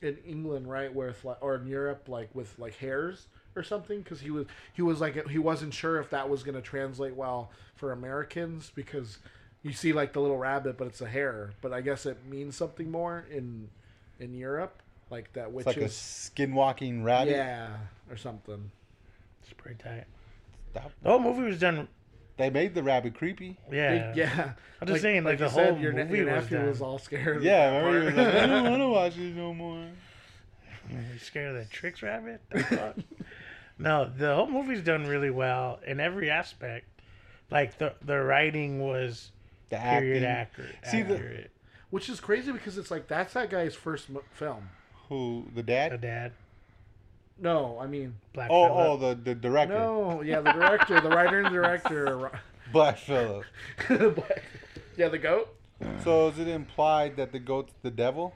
in England right where it's like or in Europe like with like hairs or something because he was he was like he wasn't sure if that was gonna translate well for Americans because you see like the little rabbit but it's a hair but I guess it means something more in in Europe like that
it's
witches
like a skinwalking rabbit
yeah or something
It's pretty tight.
That-
The whole movie was done.
they made the rabbit creepy
Yeah.
yeah
I'm just saying, like, the
you said,
whole
your, ne-
movie
your
was
nephew
done.
was all scared of
yeah
that
I remember he was
part.
like I don't want to watch this no more
You scared of the tricks rabbit? The fuck? no, the whole movie's done really well in every aspect. Like the the writing was
the
period
acting
accurate.
See, the-
accurate.
Which is crazy because it's like that's that guy's first m- film.
who
The
the dad
dad,
No, I mean
Black
oh
Phillip.
oh the the director
no, yeah, the director, the writer and director,
Black Phillip
Ro- Black- yeah, the goat.
So is it implied that the goat's the devil?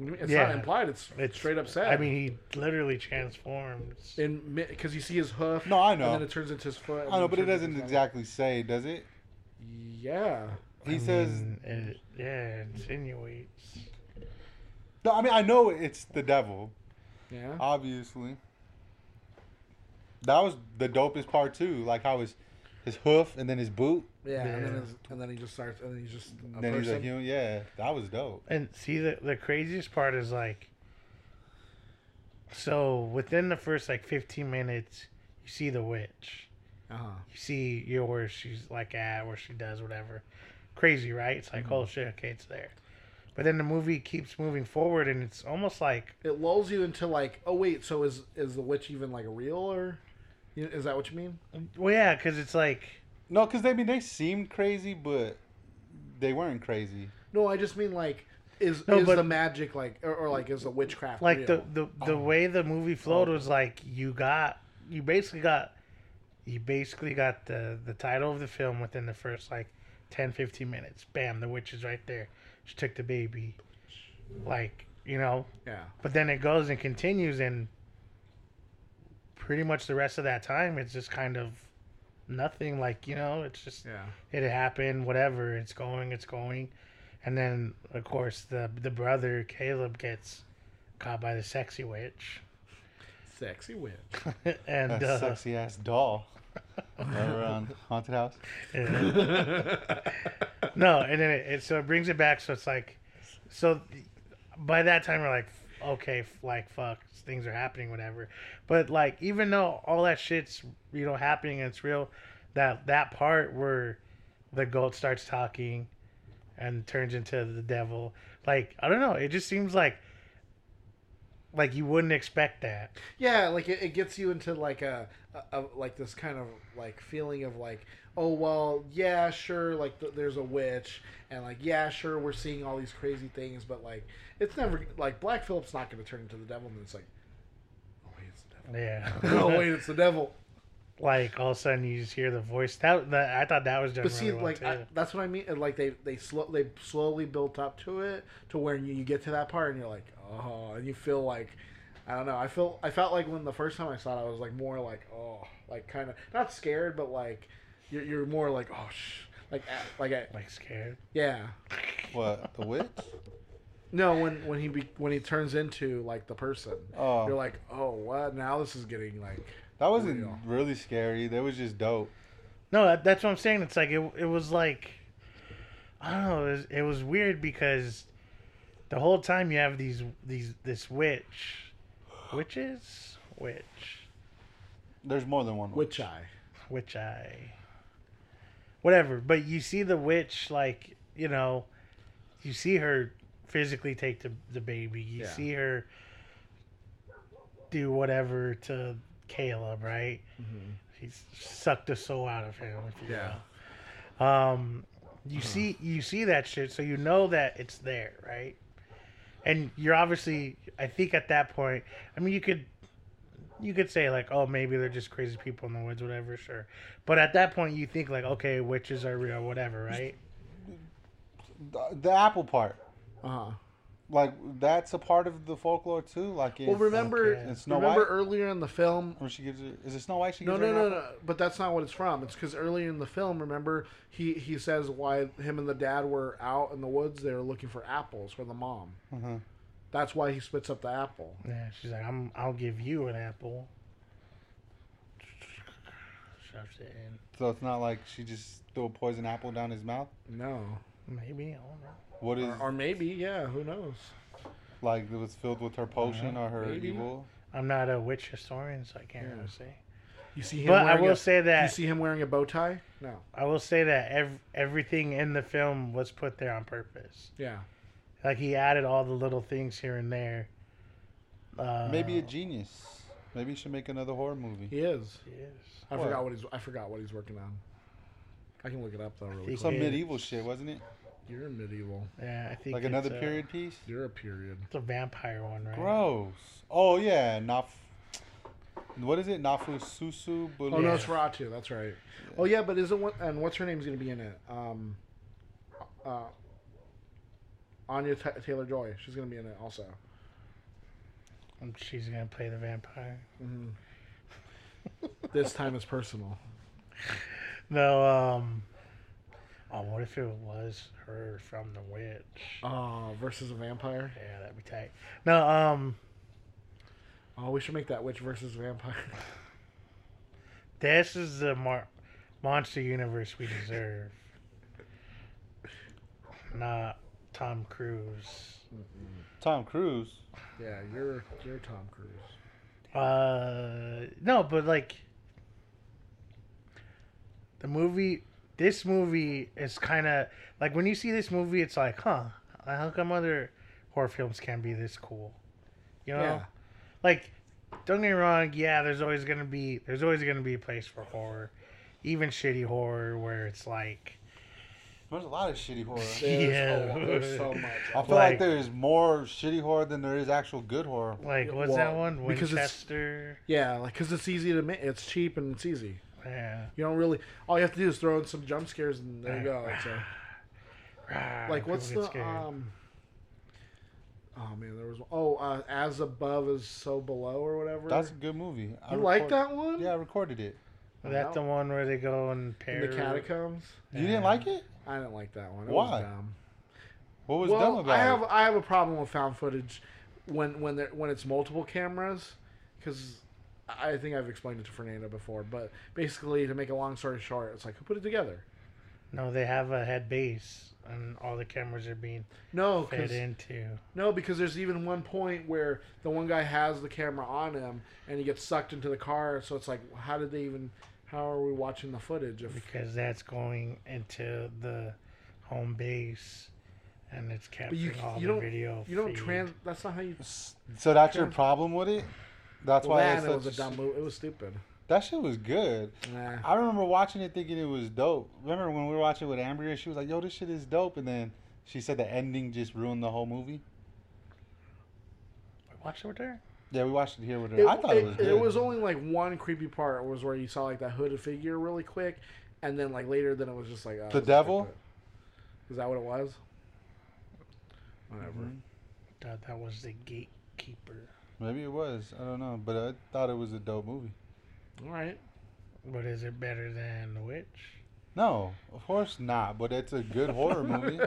It's
Yeah.
not implied. It's,
It's-
straight up said.
I mean, he literally transforms.
in because you see his hoof.
No, I know.
And then it turns into his foot. and
I know,
then
but it
turns
doesn't
into his
exactly say, does it?
hand. Yeah,
He says,
And it- yeah, it insinuates.
no, I mean, I know it's the devil,
yeah.
Uh, obviously. That was the dopest part too, like how his his hoof and then his boot,
yeah, And, then
Yeah.
his, and then he just starts, and then he's just a
and then he's
person.
like, you know, yeah, that was dope.
And see, the the craziest part is like. So within the first like 15 minutes, you see the witch.
uh-huh.
you see you know, where she's like at, where she does whatever. Crazy, right? It's
Mm-hmm.
like, oh shit, okay, it's there. But then the movie keeps moving forward, and it's almost like
It lulls you into like, oh wait, so is is the witch even like real or? you- Is that what you mean?
well, yeah, because it's like
No, because I mean, they seemed crazy, but they weren't crazy.
No, I just mean like, is
No,
is
but-
the magic like, or, or like is the witchcraft
like
real?
the the, the way the movie flowed was like you got you basically got you basically got the the title of the film within the first like 10 15 minutes bam the witch is right there she took the baby like you know
yeah,
But then it goes and continues, and pretty much the rest of that time, it's just kind of nothing. Like you know, it's just
yeah,
it happened, whatever. It's going, it's going, and then of course the the brother Caleb gets caught by the sexy witch,
Sexy witch.
and
That
uh,
sexy ass doll. Over on haunted house.
no, and then it, it so it brings it back. So it's like, so by that time we're like, okay, f- like fuck, things are happening, whatever. But like, even though all that shit's you know happening and it's real, that that part where the goat starts talking and turns into the devil, like I don't know, it just seems like like you wouldn't expect that.
Yeah, like it, it gets you into like a, a, a- like this kind of like feeling of like, oh well, yeah, sure, like th- there's a witch, and like yeah, sure, we're seeing all these crazy things, but like it's never like Black Phillip's not going to turn into the devil, and it's like, oh wait, it's the devil.
Yeah.
oh wait, it's the devil.
like all of a sudden you just hear the voice. That, that I thought that was done.
But see,
really well,
like I,
too.
that's what I mean. And like they they slow they slowly built up to it to where you, you get to that part and you're like, oh, and you feel like, I don't know. I feel I felt like when the first time I saw it, I was like more like oh, like kind of not scared, but like you're, you're more like oh, sh-, like a- like a,
like scared.
yeah.
What? The witch?
No, when when he be, when he turns into like the person,
Oh.
you're like oh what now this is getting like
That wasn't
Real.
really scary. That was just dope.
No, that, that's what I'm saying. It's like it, it was like I don't know. It was, it was weird because the whole time you have these these this witch, witches, witch,
There's more than one
witch eye.
witch eye, whatever. But you see the witch like you know, you see her physically take the the baby. You
Yeah.
see her do whatever to Caleb, right? He's sucked the soul out of him. If you
Yeah.
will. um
Hmm.
you see you see that shit so you know that it's there right and you're obviously i think at that point i mean you could you could say like oh maybe they're just crazy people in the woods whatever sure but at that point you think like okay witches are real whatever right
The, the apple part.
Uh huh.
Like that's a part of the folklore too. Like in,
Well, remember
Okay.
It's Snow
remember
White?
earlier in the film
when she gives her, is it Snow White? She
No,
gives
no,
her
no,
an apple?
no. But that's not what it's from. It's because earlier in the film, remember, he he says why him and the dad were out in the woods. They were looking for apples for the mom.
Mm-hmm.
Mhm.
That's why he spits up the apple.
yeah she's like i'm i'll give you an apple shoves it in
So it's not like she just threw a poison apple down his mouth.
No,
maybe i don't know
What is
or, or maybe, yeah. Who knows?
like it was filled with her potion
Uh-huh.
or her
maybe.
evil?
i'm not a witch historian so i can't really say
You see him.
But I
wearing
will
a-
say that-
you see him wearing a bow tie. No.
I will say that ev- everything in the film was put there on purpose.
Yeah.
Like he added all the little things here and there.
Uh-huh.
Uh,
Maybe a genius. Maybe she should make another horror movie.
He is.
yes.
I
What?
forgot what he's. I forgot what he's working on. I can look it up though. Really.
think-
quick.
Some
Yeah.
medieval shit, wasn't it?
You're medieval.
Yeah, I think
Like another
it's a-
period piece.
uh, You're a period.
It's a vampire one, right?
Gross. Oh yeah, Naf. What is it? Nafu Susu.
Oh no, it's Ratu. That's right. Oh yeah, but isn't what and what's her name's going to be in it? Um, uh, Anya Ta Taylor Joy. She's going to be in it also.
Um, She's gonna play the vampire.
Mm-hmm. This time is personal.
No. Um. Oh, what if it was her from The Witch?
Oh, versus a vampire.
Yeah, that'd be tight. No. Um.
Oh, we should make that witch versus vampire.
This is the mar- monster universe we deserve. Not Tom Cruise.
Tom Cruise.
yeah, you're you're Tom Cruise.
Uh, no, but like the movie, this movie is kind of like when you see this movie, it's like, huh, how come other horror films can't be this cool? You know,
Yeah.
like don't get me wrong, yeah, there's always gonna be there's always gonna be a place for horror, even shitty horror where it's like
There's a lot of shitty horror.
There's
Yeah.
a- there's so much.
I feel like,
Like-
there is more shitty horror than there is actual good horror.
like what's
Well,
that one
because it's-
Winchester?
Yeah, like because it's easy to make. It's cheap and it's easy.
Yeah,
You don't really. All you have to do is throw in some jump scares and there you go. It's a-
Rah,
like what's
people
the
get scared.
um oh man there was oh uh, as above is so below or whatever
That's a good movie. I
you like
record-
that one
Yeah, I recorded it.
Is that the one where they go and
in
pair
the catacombs
You didn't like it?
i didn't like that one it
Why?
was dumb
What was dumb
well
about
i have
it?
i have a problem with found footage when when there when it's multiple cameras because I think I've explained it to Fernando before, but basically to make a long story short, it's like who put it together?
No, they have a head base, and all the cameras are being
No,
fed
Oh, 'cause-
into.
no, because there's even one point where the one guy has the camera on him and he gets sucked into the car, so it's like how did they even? How are we watching the footage? If
because that's going into the home base and it's
but
capturing
you
all
you
the
don't
video.
you don't
feed.
trans. That's not how you.
So that's your problem with it. That's
Well,
why
that
it's
and it was a
such-
dumb move. It was stupid.
That shit was good.
Nah.
I remember watching it thinking it was dope. Remember when we were watching with Amber and she was like, "Yo, this shit is dope," and then she said the ending just ruined the whole movie.
Watch over there.
Yeah, we watched it here with her.
It,
I thought it, was.
it,
Good.
was only like one creepy part was where you saw like that hooded figure really quick, and then like later, then it was just like oh,
The
skip
devil?
it. Is that what it was? Whatever.
Mm-hmm. Thought that was the gatekeeper.
Maybe it was. I don't know, but I thought it was a dope movie.
All right.
But is it better than The Witch?
No, of course not. But it's a good horror movie.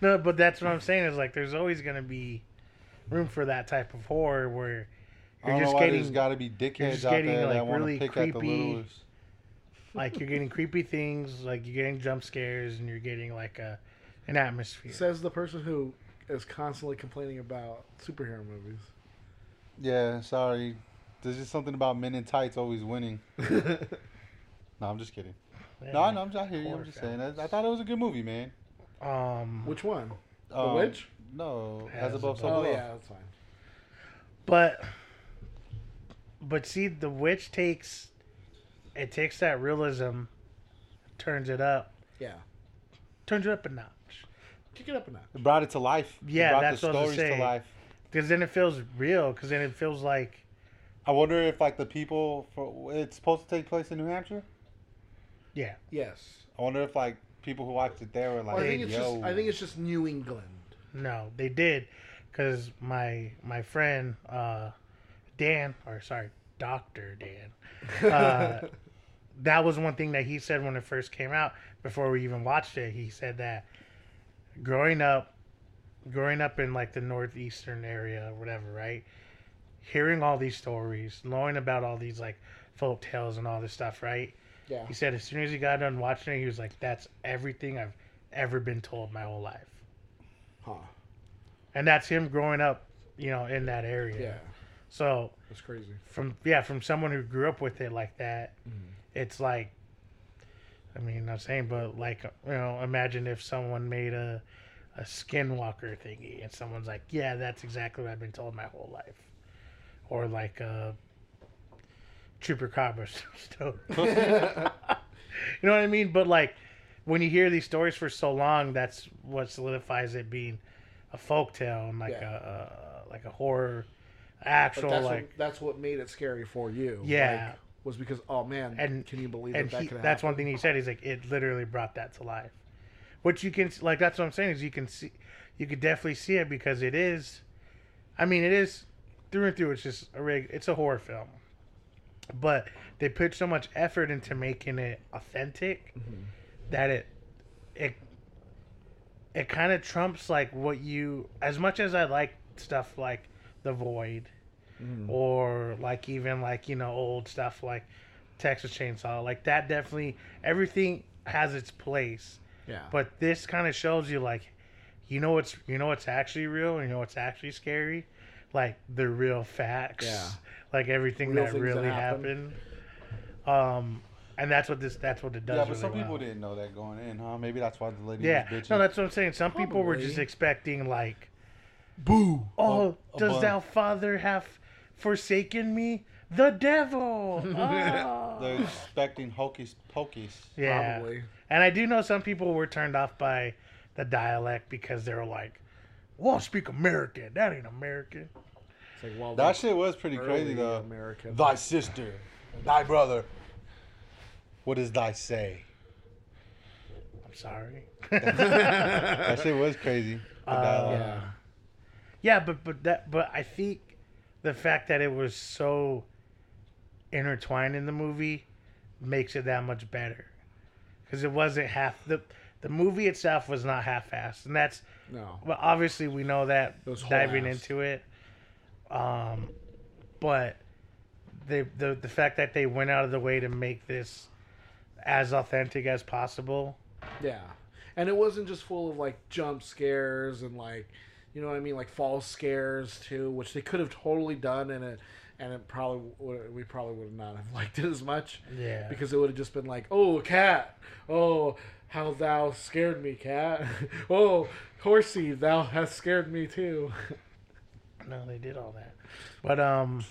No, but that's what I'm saying is like there's always going to be room for that type of horror where
I
you're
don't know
just
why
getting
there's got to be dickheads
just
out
getting,
there
like,
that want to
really
pick at the
creepy-
littlest.
like you're getting creepy things, like you're getting jump scares and you're getting like a an atmosphere.
Says the person who is constantly complaining about superhero movies.
Yeah, sorry. There's just something about men in tights always winning. no, I'm just kidding.
Yeah.
No, no, I'm just I hear you.
horror
I'm just saying. I, I thought it was a good movie, man.
Um,
Which one?
Um,
Witch?
No, as,
As
above, so
Oh
below.
yeah, that's fine.
But but see the witch takes it takes that realism, turns it up,
Yeah.
turns it up a notch.
Kick it up a notch.
It brought it to life. It
Yeah,
brought
that's what I was saying.
to life.
Because then it feels real. Because then it feels like
I wonder if like the people for it's supposed to take place in New Hampshire.
yeah,
Yes.
I wonder if like people who watched it there were like,
I think it's
yo,
just I think it's just New England.
no, they did. Because my my friend uh, Dan, or sorry, Doctor Dan, uh, that was one thing that he said when it first came out. Before we even watched it, he said that growing up, growing up in like the northeastern area, or whatever, right? Hearing all these stories, knowing about all these like folk tales and all this stuff, right?
Yeah.
He said as soon as he got done watching it, he was like, "That's everything I've ever been told my whole life,"
Huh.
and that's him growing up, you know, in that area.
Yeah.
So
That's crazy.
from yeah from someone who grew up with it like that it's like i mean not saying but like you know imagine if someone made a a skinwalker thingy and someone's like yeah that's exactly what i've been told my whole life or like a trooper cobra story you know what i mean but like when you hear these stories for so long that's what solidifies it being a folktale and like
Yeah.
a, a like a horror
But
actual
that's
like
what, that's what made it scary for you.
Yeah.
like, was because oh man,
and
can you believe
and
that that
he,
could happen?
that's one thing he said he's like it literally brought that to life which you can like that's what i'm saying is you can see you could definitely see it because it is i mean it is through and through it's just a rig it's a horror film but they put so much effort into making it authentic that it it it kind of trumps like what you as much as i like stuff like the void or like even like you know old stuff like texas chainsaw like that definitely everything has its place
yeah.
but this kind of shows you like you know what's you know what's actually real and you know what's actually scary like the real facts
Yeah.
like everything
Real
that
things that
really
happen.
happened um and that's what this that's what it does
yeah, but
really
some people
well.
didn't know that going in, huh? Maybe that's why the lady
Yeah,
was bitching.
no, that's what I'm saying. Some people were
Probably.
just expecting like,
boo.
"Oh,
a
does
bun.
thou father have forsaken me, the devil?" Ah.
They're expecting hocus pocus.
yeah,
Probably.
and I do know some people were turned off by the dialect because they were like, "Well, speak American. That ain't American."
It's like well,
That
that's
shit was pretty crazy
early
though.
American.
Thy sister, thy brother. What does thy say?
I'm sorry.
That shit was crazy. uh, The dialogue.
Uh, yeah.
yeah, but but that but I think the fact that it was so intertwined in the movie makes it that much better because it wasn't half the the movie itself was not half-assed, and that's
No.
well obviously we know that
It was whole
diving
ass.
into it, Um, but they, the the fact that they went out of the way to make this as authentic as possible.
Yeah. And it wasn't just full of like jump scares and like you know what I mean, like false scares too, which they could have totally done and it and it probably would, we probably would not have liked it as much.
Yeah.
Because it would have just been like, Oh cat, oh how thou scared me, cat. oh horsey, thou hast scared me too.
No, they did all that, but um,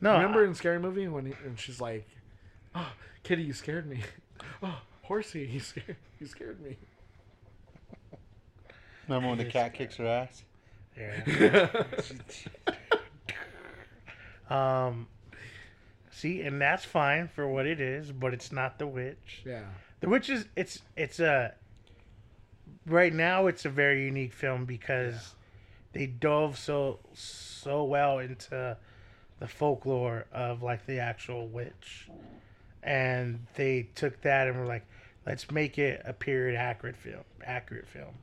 no,
Remember in Scary Movie when he, and she's like, Oh, kitty, you scared me. Oh, horsey, you scared you scared me.
Remember when the cat kicks her ass?
Yeah. um, see, and that's fine for what it is, but it's not the witch.
Yeah.
The witch is it's it's a right now it's a very unique film because they dove so so well into the folklore of like the actual witch, and they took that and were like, let's make it a period accurate film, accurate film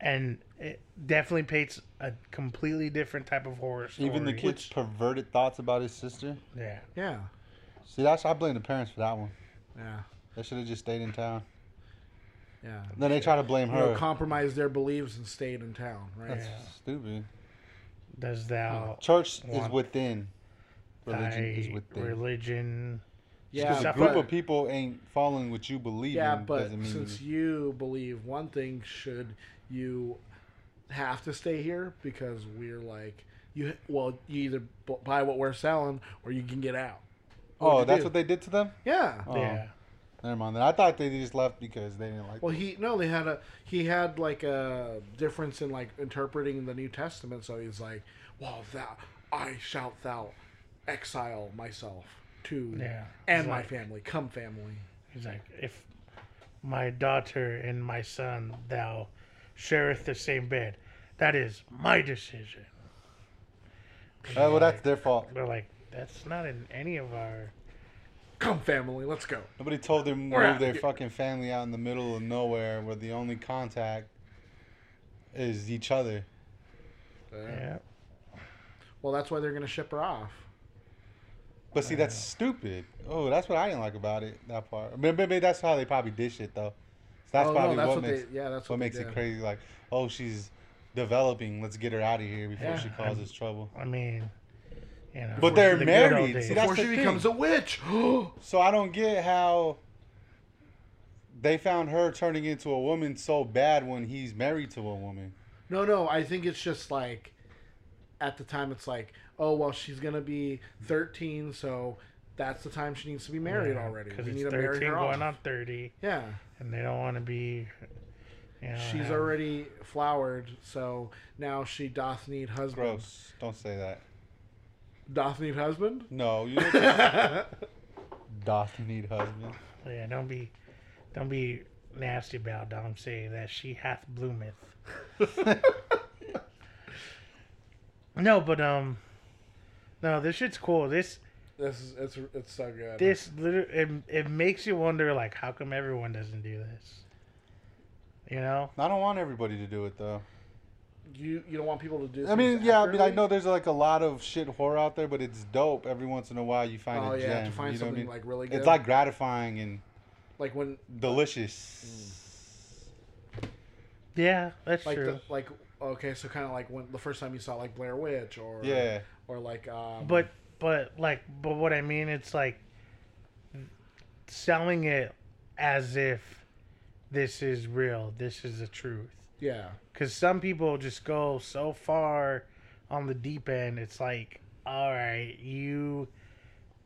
and it definitely paints a completely different type of horror story.
Even the kid's perverted thoughts about his sister.
yeah.
Yeah.
See, that's I blame the parents for that one.
Yeah.
They should have just stayed in town.
Yeah.
Then they try to blame
You know,
her.
compromised their beliefs and stayed in town, right?
That's stupid.
Does thou
Church is
One.
within.
thy
Oh, Religion is within.
religion?
Yeah,
Because a
but-
group of people ain't following what you believe
Yeah,
in
but
doesn't mean
since
you-
you believe one thing, should you have to stay here because we're like you? Well, you either bu- buy what we're selling or you can get out.
oh,
you
that's
do.
what they did to them.
Yeah.
Oh,
Yeah.
never mind. Then I thought they just left because they didn't like.
Well, he no, they had a he had like a difference in like interpreting the New Testament, so he's like, "Well, thou I shalt thou exile myself to
Yeah.
and
He's
my
like-
family, come family."
He's like, if my daughter and my son thou shareth the same bed, that is my decision.
Uh, well, that's their fault.
They're like, that's not in any of our.
Come family, let's go.
Nobody told them to
We're
move
out
their
here.
fucking family out in the middle of nowhere where the only contact is each other.
Yeah.
Well, that's why they're gonna ship her off.
But see, that's stupid. Oh, that's what I didn't like about it. That part. I mean, maybe that's how they probably did shit though. So that's
Oh, no,
probably
that's
what,
what
makes
they- yeah, that's
what
what they
makes it
did.
crazy. Like, oh, she's developing. Let's get her out of here before
Yeah.
she causes trouble.
I mean, you know.
But
those
they're
are the good old
married,
days.
see, that's-
Before
the
she
thing.
becomes a witch.
So I don't get how they found her turning into a woman so bad when he's married to a woman.
No, no. I think it's just like at the time it's like, oh well, she's gonna be thirteen, so that's the time she needs to be married already.
because
We
it's
need to marry
13
her
going
off.
on 30
Yeah,
and they don't want to be you know,
she's
have-
already flowered, so now she doth need husband.
Gross. Don't say that.
Doth need husband.
No, you don't Doth need husband.
yeah don't be don't be nasty about Dom saying that she hath bloometh no but um no this shit's cool this
This is it's it's so good.
this liter- it, it makes you wonder like how come everyone doesn't do this you know
I don't want everybody to do it though.
you you don't want people to do.
I
things
mean, yeah, I mean, I
accurately?
know there's like a lot of shit horror out there, but it's dope. Every once in a while, you find
Oh,
a
yeah,
gem.
to find
you know what I
something,
mean?
like, really good.
It's like gratifying and
like when
delicious.
yeah that's
like
true
the, like okay, so kind of like when the first time you saw like Blair Witch or
Yeah,
or like um,
But but like but what I mean it's like selling it as if this is real, this is the truth.
yeah.
Cuz some people just go so far on the deep end. It's like, all right, you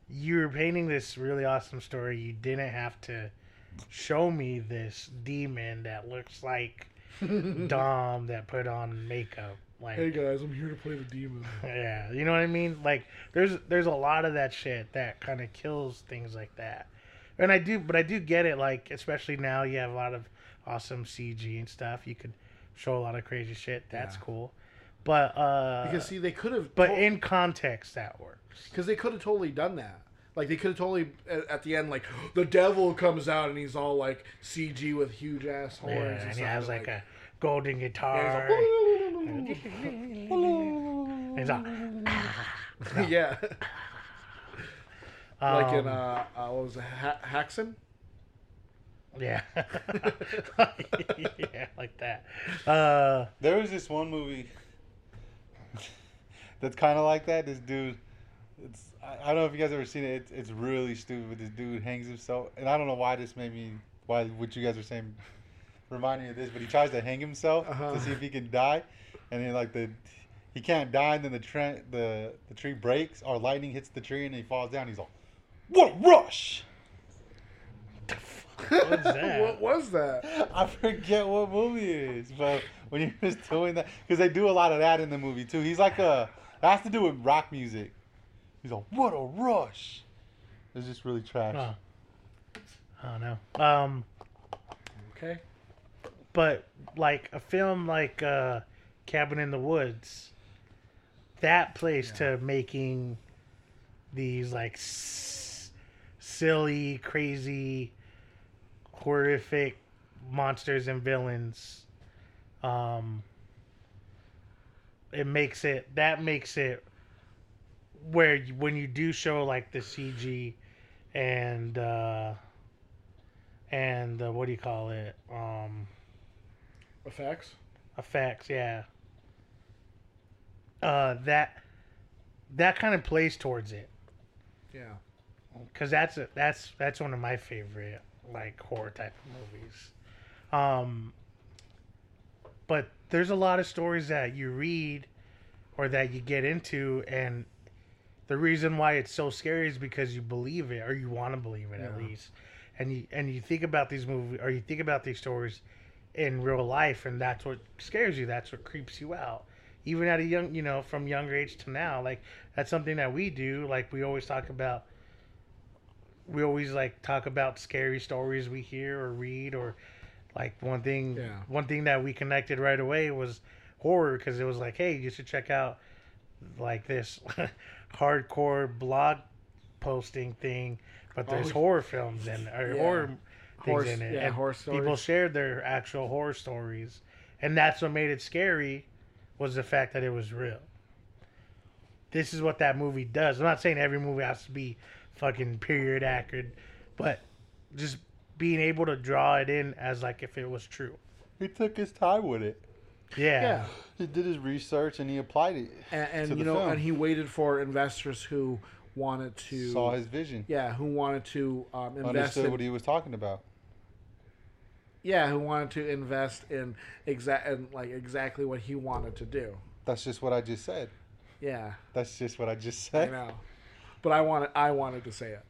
you're painting this really awesome story. You didn't have to show me this demon that looks like Dom that put on makeup. Like
Hey guys, I'm here to play the demon.
yeah, you know what I mean. Like, there's there's a lot of that shit that kind of kills things like that, and I do, but I do get it. Like, especially now, you have a lot of awesome CG and stuff. You could show a lot of crazy shit. That's cool, but uh,
Because see, they could have,
but in context, that works.
because they could have totally done that. Like they could have totally at, at the end, like the devil comes out and he's all like CG with huge ass horns.
Yeah,
and
and he
stuff,
has
and,
like a golden
and
guitar.
he's like,
and It's all,
yeah. like
um,
in uh, uh, what was it, ha- Haxon?
yeah, yeah, like that. Uh,
There was this one movie that's kind of like that. This dude, it's I, I don't know if you guys ever seen it. It's, it's really stupid. This dude hangs himself, and I don't know why this made me. Why what you guys are saying remind me of this? But he tries to hang himself
Uh-huh.
to see if he can die, and then like the he can't die, and then the tre- the the tree breaks or lightning hits the tree, and he falls down. He's all, what a rush!
what's that?
What was that?
I forget what movie it is, but when you're just doing that, because they do a lot of that in the movie too. He's like a that has to do with rock music. He's like, what a rush! It's just really trash.
Oh. I don't know. Um,
Okay.
but like a film like uh, Cabin in the Woods, that plays to making these like s- silly, crazy, horrific monsters and villains. Um, it makes it that makes it where you, when you do show like the CG and uh, and uh, what do you call it? Um,
Effects.
effects yeah uh that that kind of plays towards it
Yeah.
because that's a, that's that's one of my favorite like horror type of movies um but there's a lot of stories that you read or that you get into and the reason why it's so scary is because you believe it or you want to believe it at
Yeah.
least and you and you think about these movies or you think about these stories in real life and that's what scares you that's what creeps you out even at a young you know from younger age to now like that's something that we do like we always talk about we always like talk about scary stories we hear or read or like one thing
Yeah.
one thing that we connected right away was horror because it was like hey you should check out like this hardcore blog posting thing but there's
Oh,
horror films in it, or
yeah.
horror things
Horror-
in it
yeah,
and
horror
people
stories.
shared their actual horror stories and that's what made it scary was the fact that it was real this is what that movie does. I'm not saying every movie has to be fucking period accurate, but just being able to draw it in as like if it was true.
He took his time with it.
Yeah.
Yeah.
He did his research and he applied it.
And,
To
and you
the
know,
film.
and he waited for investors who wanted to
Saw his vision.
yeah, who wanted to um, invest
Understood
in
what he was talking about.
yeah, who wanted to invest in exact and like exactly what he wanted to do.
That's just what I just said.
Yeah,
That's just what I just
I
said.
know. But I wanted I wanted to say it.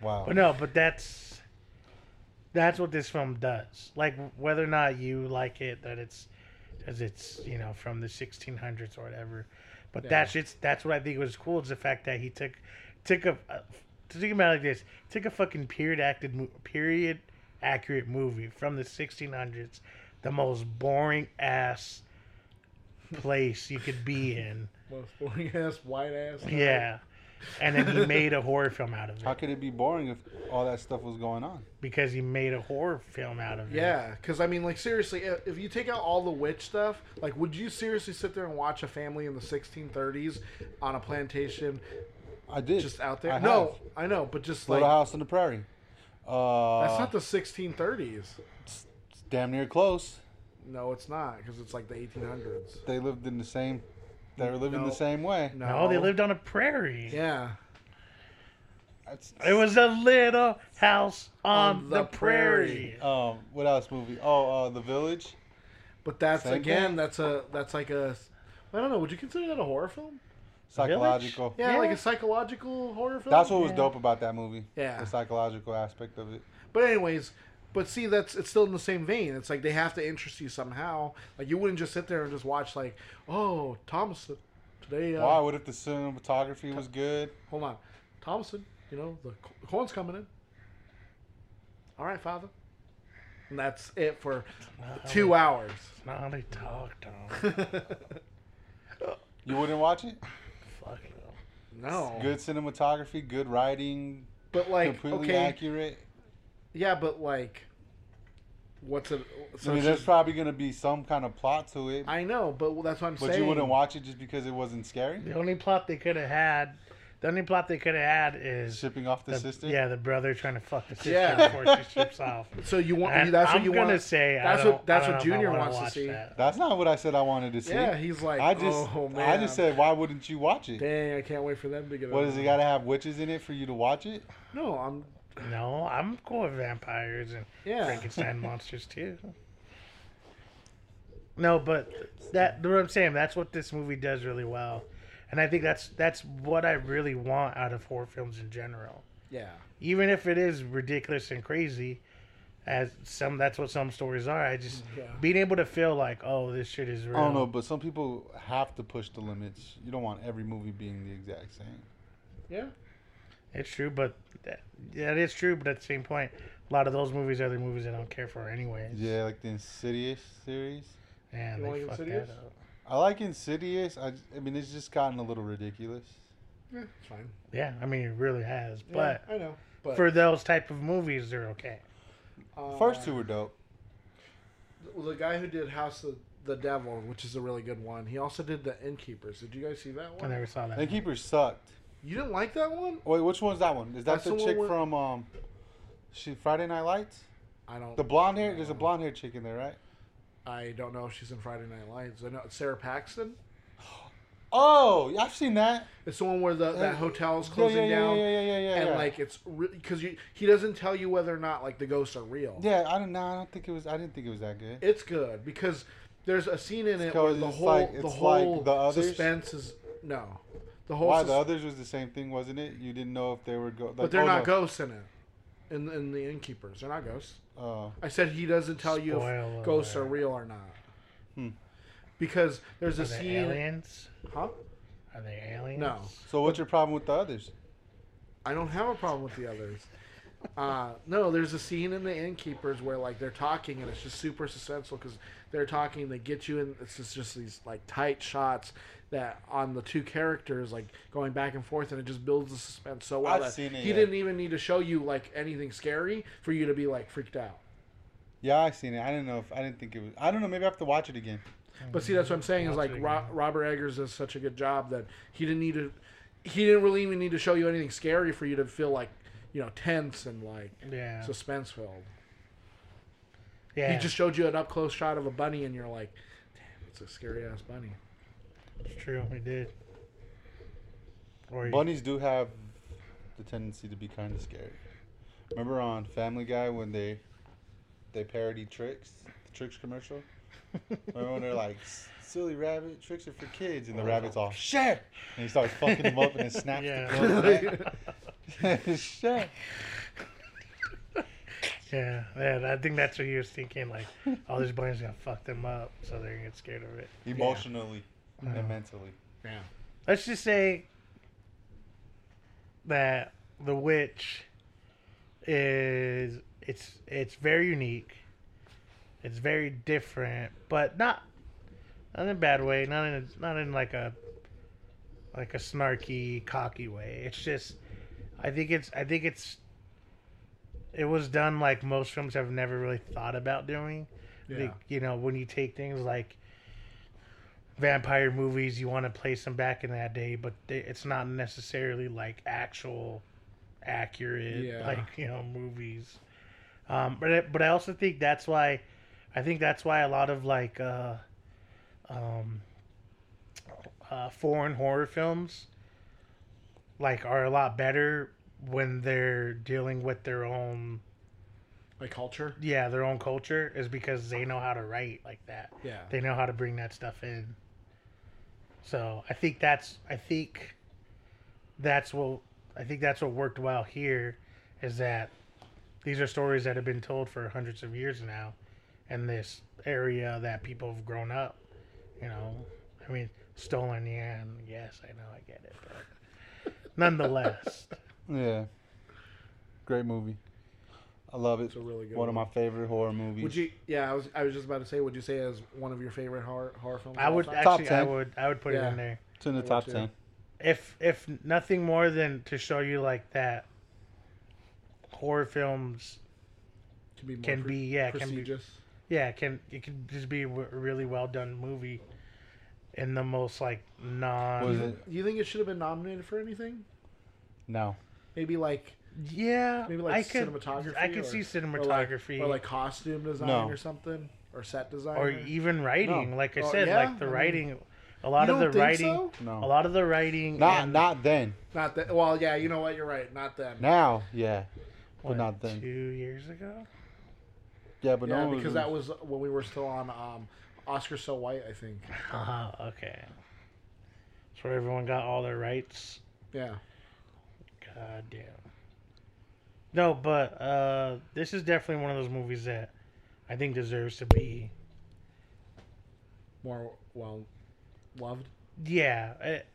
Wow.
But no, but that's that's what this film does. Like whether or not you like it, that it's as it's you know from the 1600s or whatever. But that's it's that's what I think was cool is the fact that he took took a uh, to think about it like this took a fucking period acted mo- period accurate movie from the 1600s, the most boring ass place you could be in.
Most boring ass, white ass.
Yeah. And then he made a horror film out of
How
it
could it be boring if all that stuff was going on?
because he made a horror film out of it.
Yeah, because I mean, like seriously, if, if you take out all the witch stuff, like, would you seriously sit there and watch a family in the 1630s on a plantation
I did.
just out there?
I
no,
have.
I know, but just like
Little House on the Prairie. Uh,
that's not the 1630s.
it's Uh, damn near close.
No, it's not, because it's like the 1800s.
they lived in the same they were living
No.
the same way.
No,
No, they lived on a prairie.
Yeah,
That's-
It was a little house on,
On
the,
the
prairie.
um what else movie? Oh, uh The Village.
but that's
Same
again,
thing.
that's a that's like a. I don't know. Would you consider that a horror film?
Psychological.
Yeah,
Yeah.
like a psychological horror film.
That's what was dope about that movie.
Yeah.
The psychological aspect of it.
But anyways, but see, that's it's still in the same vein. It's like they have to interest you somehow. Like you wouldn't just sit there and just watch like, oh, Thomason today. Uh,
Why? What if the cinematography was good?
Hold on, Thomason. You know the co- corn's coming in. All right, father. And that's it for two hours.
Now how they talk, Tom.
You wouldn't watch it?
Fuck no.
No,
Good cinematography, good writing,
but like
completely
okay,
accurate.
yeah, but like, What's it?
I mean,
she-
there's probably gonna be some kind of plot to it,
I know, but that's what I'm
but
saying.
you wouldn't watch it just because it wasn't scary.
The only plot they could have had, the only plot they could have had is
Shipping off the,
the,
sister.
Yeah, the brother trying to fuck the sister
Yeah.
before she ships off.
So you want?
And
that's what
I'm
you
gonna
want.
say I
that's
don't-
what that's
I
what
don't know if I
Junior
wanna
wants to
watch
see.
that.
That's not what I said I wanted to see.
Yeah, he's like,
I just,
oh man.
I just said, why wouldn't you watch it?
dang, I can't wait for them to get.
What
out.
does it got to have witches in it for you to watch it?
No, I'm.
No, I'm cool with vampires and
Yeah.
Frankenstein monsters too. No, but that what I'm saying. That's what this movie does really well, and I think that's that's what I really want out of horror films in general.
Yeah.
Even if it is ridiculous and crazy, as some that's what some stories are. I just
Yeah.
being able to feel like, oh, this shit is real.
I don't know, but some people have to push the limits. You don't want every movie being the exact same.
Yeah.
It's true, but that, that is true. But at the same point, a lot of those movies are the movies I don't care for anyways.
Yeah, like the Insidious series.
and
You
they
like
fucked
Insidious?
that up.
I like Insidious. I, j- I mean, it's just gotten a little ridiculous.
Yeah, it's fine.
Yeah, I mean, it really has.
Yeah,
But
I know. But
for those type of movies, they're okay.
uh,
First two were dope.
the guy who did House of the Devil, which is a really good one. He also did The Innkeepers. Did you guys see that
I
one?
never saw that.
The Keeper sucked.
You didn't like that one?
Wait, which one's that one? Is that
That's
the
the one
chick
where-
from um, she Friday Night Lights?
I don't.
The blonde hair. There's a blonde hair chick in there, right?
I don't know if she's in Friday Night Lights. I know Sarah Paxton.
Oh, yeah, I've seen that.
It's the one where the, that hotel's closing
Uh, yeah, yeah,
down,
yeah, yeah, yeah, yeah,
and
yeah.
like it's because you he doesn't tell you whether or not like the ghosts are real.
Yeah, I don't know. I don't think it was. I didn't think it was that good.
It's good because there's a scene in it where
Because
the
it's
whole
like-
the
it's like
whole
the others?
suspense is no, the whole
Why
sus-
the others was the same thing, wasn't it? You didn't know if they were go. Like,
but they're
oh,
not
no.
ghosts in it. In, in the innkeepers, they're not ghosts.
Oh,
I said he doesn't tell you
Spoiler
if ghosts are
alert.
real or not.
Hmm.
Because there's
Are
a
they
scene,
aliens?
huh?
Are they aliens?
No,
so what's your problem with the others?
I don't have a problem with the others. Uh, no, there's a scene in the innkeepers where like they're talking and it's just super suspenseful because they're talking, they get you in. It's just, just these like tight shots that on the two characters like going back and forth and it just builds the suspense so well.
I've
that
seen it,
he
yeah.
didn't even need to show you like anything scary for you to be like freaked out.
Yeah, I seen it. I didn't know if I didn't think it was. I don't know. Maybe I have to watch it again.
But see, that's what I'm saying is like Ro- Robert Eggers does such a good job that he didn't need to, he didn't really even need to show you anything scary for you to feel like, you know, tense and like
Yeah.
suspense filled.
yeah.
He just showed you an up close shot of a bunny, and you're like, "Damn, it's a scary ass bunny."
It's true. He did. Or he-
Bunnies do have the tendency to be kind of scary. Remember on Family Guy when they they parody tricks, the tricks commercial. Remember when they're like, "Silly rabbit, tricks are for kids,"
Oh.
and the rabbit's all shit, and he starts fucking him up and it snaps.
Yeah.
The gun. shit.
yeah. Yeah. I think that's what he was thinking. Like, oh, this bunny's gonna fuck them up, so they're gonna get scared of it.
emotionally and mentally.
Yeah.
Let's just say that the witch is it's it's very unique. It's very different, but not not in a bad way. Not in a, not in like a like a snarky, cocky way. It's just I think it's I think it's it was done like most films have never really thought about doing. I think, you know, when you take things like vampire movies, you want to place them back in that day, but they, it's not necessarily like actual accurate
Yeah.
like you know movies. Um, but I, but I also think that's why I think that's why a lot of like uh, um, uh, foreign horror films like are a lot better when they're dealing with their own
Like culture.
yeah their own culture is because they know how to write like that
Yeah.
they know how to bring that stuff in so i think that's i think that's what i think that's what worked well here is that these are stories that have been told for hundreds of years now in this area that people have grown up you know i mean stolen yeah and yes i know i get it but nonetheless
Yeah. Great movie. I love it. It's
a really good
one, of
one.
my favorite horror movies.
Would you? Yeah, I was. I was just about to say. Would you say as one of your favorite horror horror films?
i
of all
would
time?
Top
actually i
10.
would i would put it
Yeah.
in there
it's in the
would
top
too.
ten.
if if nothing more than to show you like that horror films
can be more
Can
pre-
be, yeah, can be-
prestigious.
yeah, it can it can just be a w- really well done movie, in the most like non.
Was it?
Do you think it should have been nominated for anything?
No.
Maybe like
Yeah,
maybe like
I could,
cinematography.
I could
or-
see
or
cinematography
like, or like costume design
No.
or something or set design
or even writing.
No.
Like I
Oh,
said,
yeah?
like the
I mean,
writing, a lot
You
of
don't
the
think
writing,
so?
No.
a lot of the writing.
Not
and-
not then.
Not that. Well, yeah, you know what? You're right. Not then.
Now, yeah, but
what,
not then.
Two years ago.
Yeah, but
yeah,
no.
because that was when we were still on um, Oscar So White, I think.
Uh, okay. That's where everyone got all their rights.
Yeah.
God damn. No, but uh, this is definitely one of those movies that I think deserves to be.
More well loved.
Yeah, it-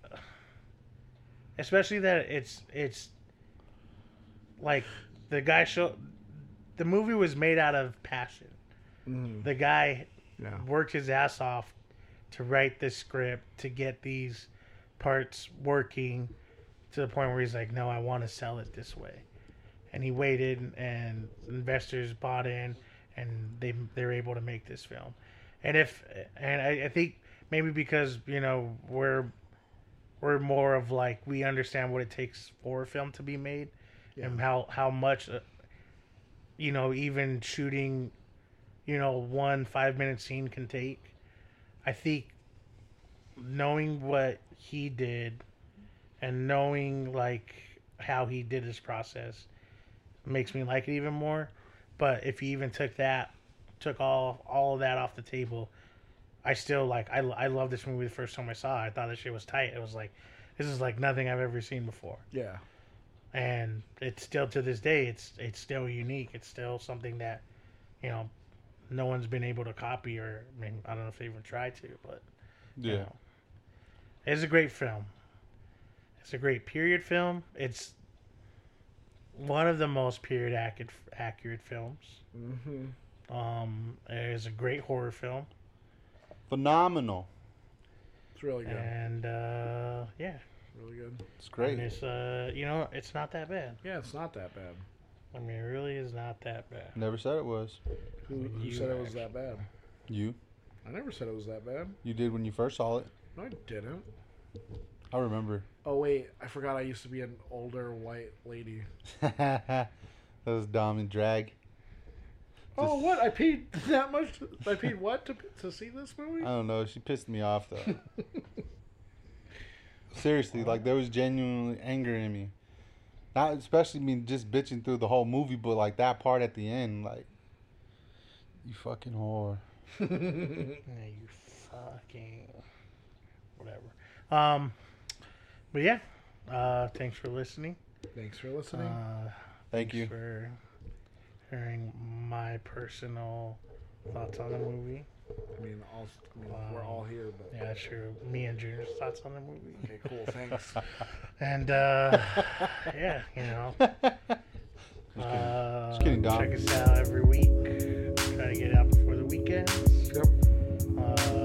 especially that it's it's like the guy show. The movie was made out of passion.
Mm-hmm.
The guy
Yeah.
worked his ass off to write this script to get these parts working to the point where he's like, "No, I want to sell it this way," and he waited, and investors bought in, and they they're able to make this film. And if and I, I think maybe because you know we're we're more of like we understand what it takes for a film to be made, and how how much uh, you know even shooting you know one five minute scene can take. I think knowing what he did and knowing like how he did his process makes me like it even more. But if he even took that, took all all of that off the table, I still like I I love this movie the first time I saw it. I thought this shit was tight. It was like this is like nothing I've ever seen before,
Yeah.
and it's still to this day it's it's still unique. It's still something that you know no one's been able to copy or I mean I don't know if they even tried to, but
Yeah.
it's a great film. It's a great period film. It's one of the most period accurate, accurate films.
Mm-hmm.
Um, it is a great horror film,
Phenomenal.
It's really good.
and uh, yeah,
Really good.
It's
and
great.
it's uh, you know, it's not that bad.
Yeah, it's not that bad.
I mean, it really is not that bad.
Never said it was.
Who, who
You
said it was that bad?
You.
I never said it was that bad.
You did when you first saw it.
No, I didn't.
I remember.
Oh wait, I forgot I used to be an older white lady.
that was Dom and Drag.
Oh
Just-
what? I paid that much? I paid what to to see this movie?
I don't know. She pissed me off though. Seriously, like there was genuinely anger in me. Not especially me just bitching through the whole movie, but like that part at the end, like you fucking whore.
Yeah, you fucking whatever. Um, but yeah, uh, thanks for listening.
Thanks for listening.
Uh,
Thank you.
for hearing my personal thoughts on the movie.
I mean, all, I mean we're all here, but
Yeah, sure. Me and Junior's thoughts on the movie.
okay, cool. Thanks.
And uh, yeah, you know. Uh,
kidding, Dom.
check us out every week. Try to get out before the weekends.
yep.
Uh, Um,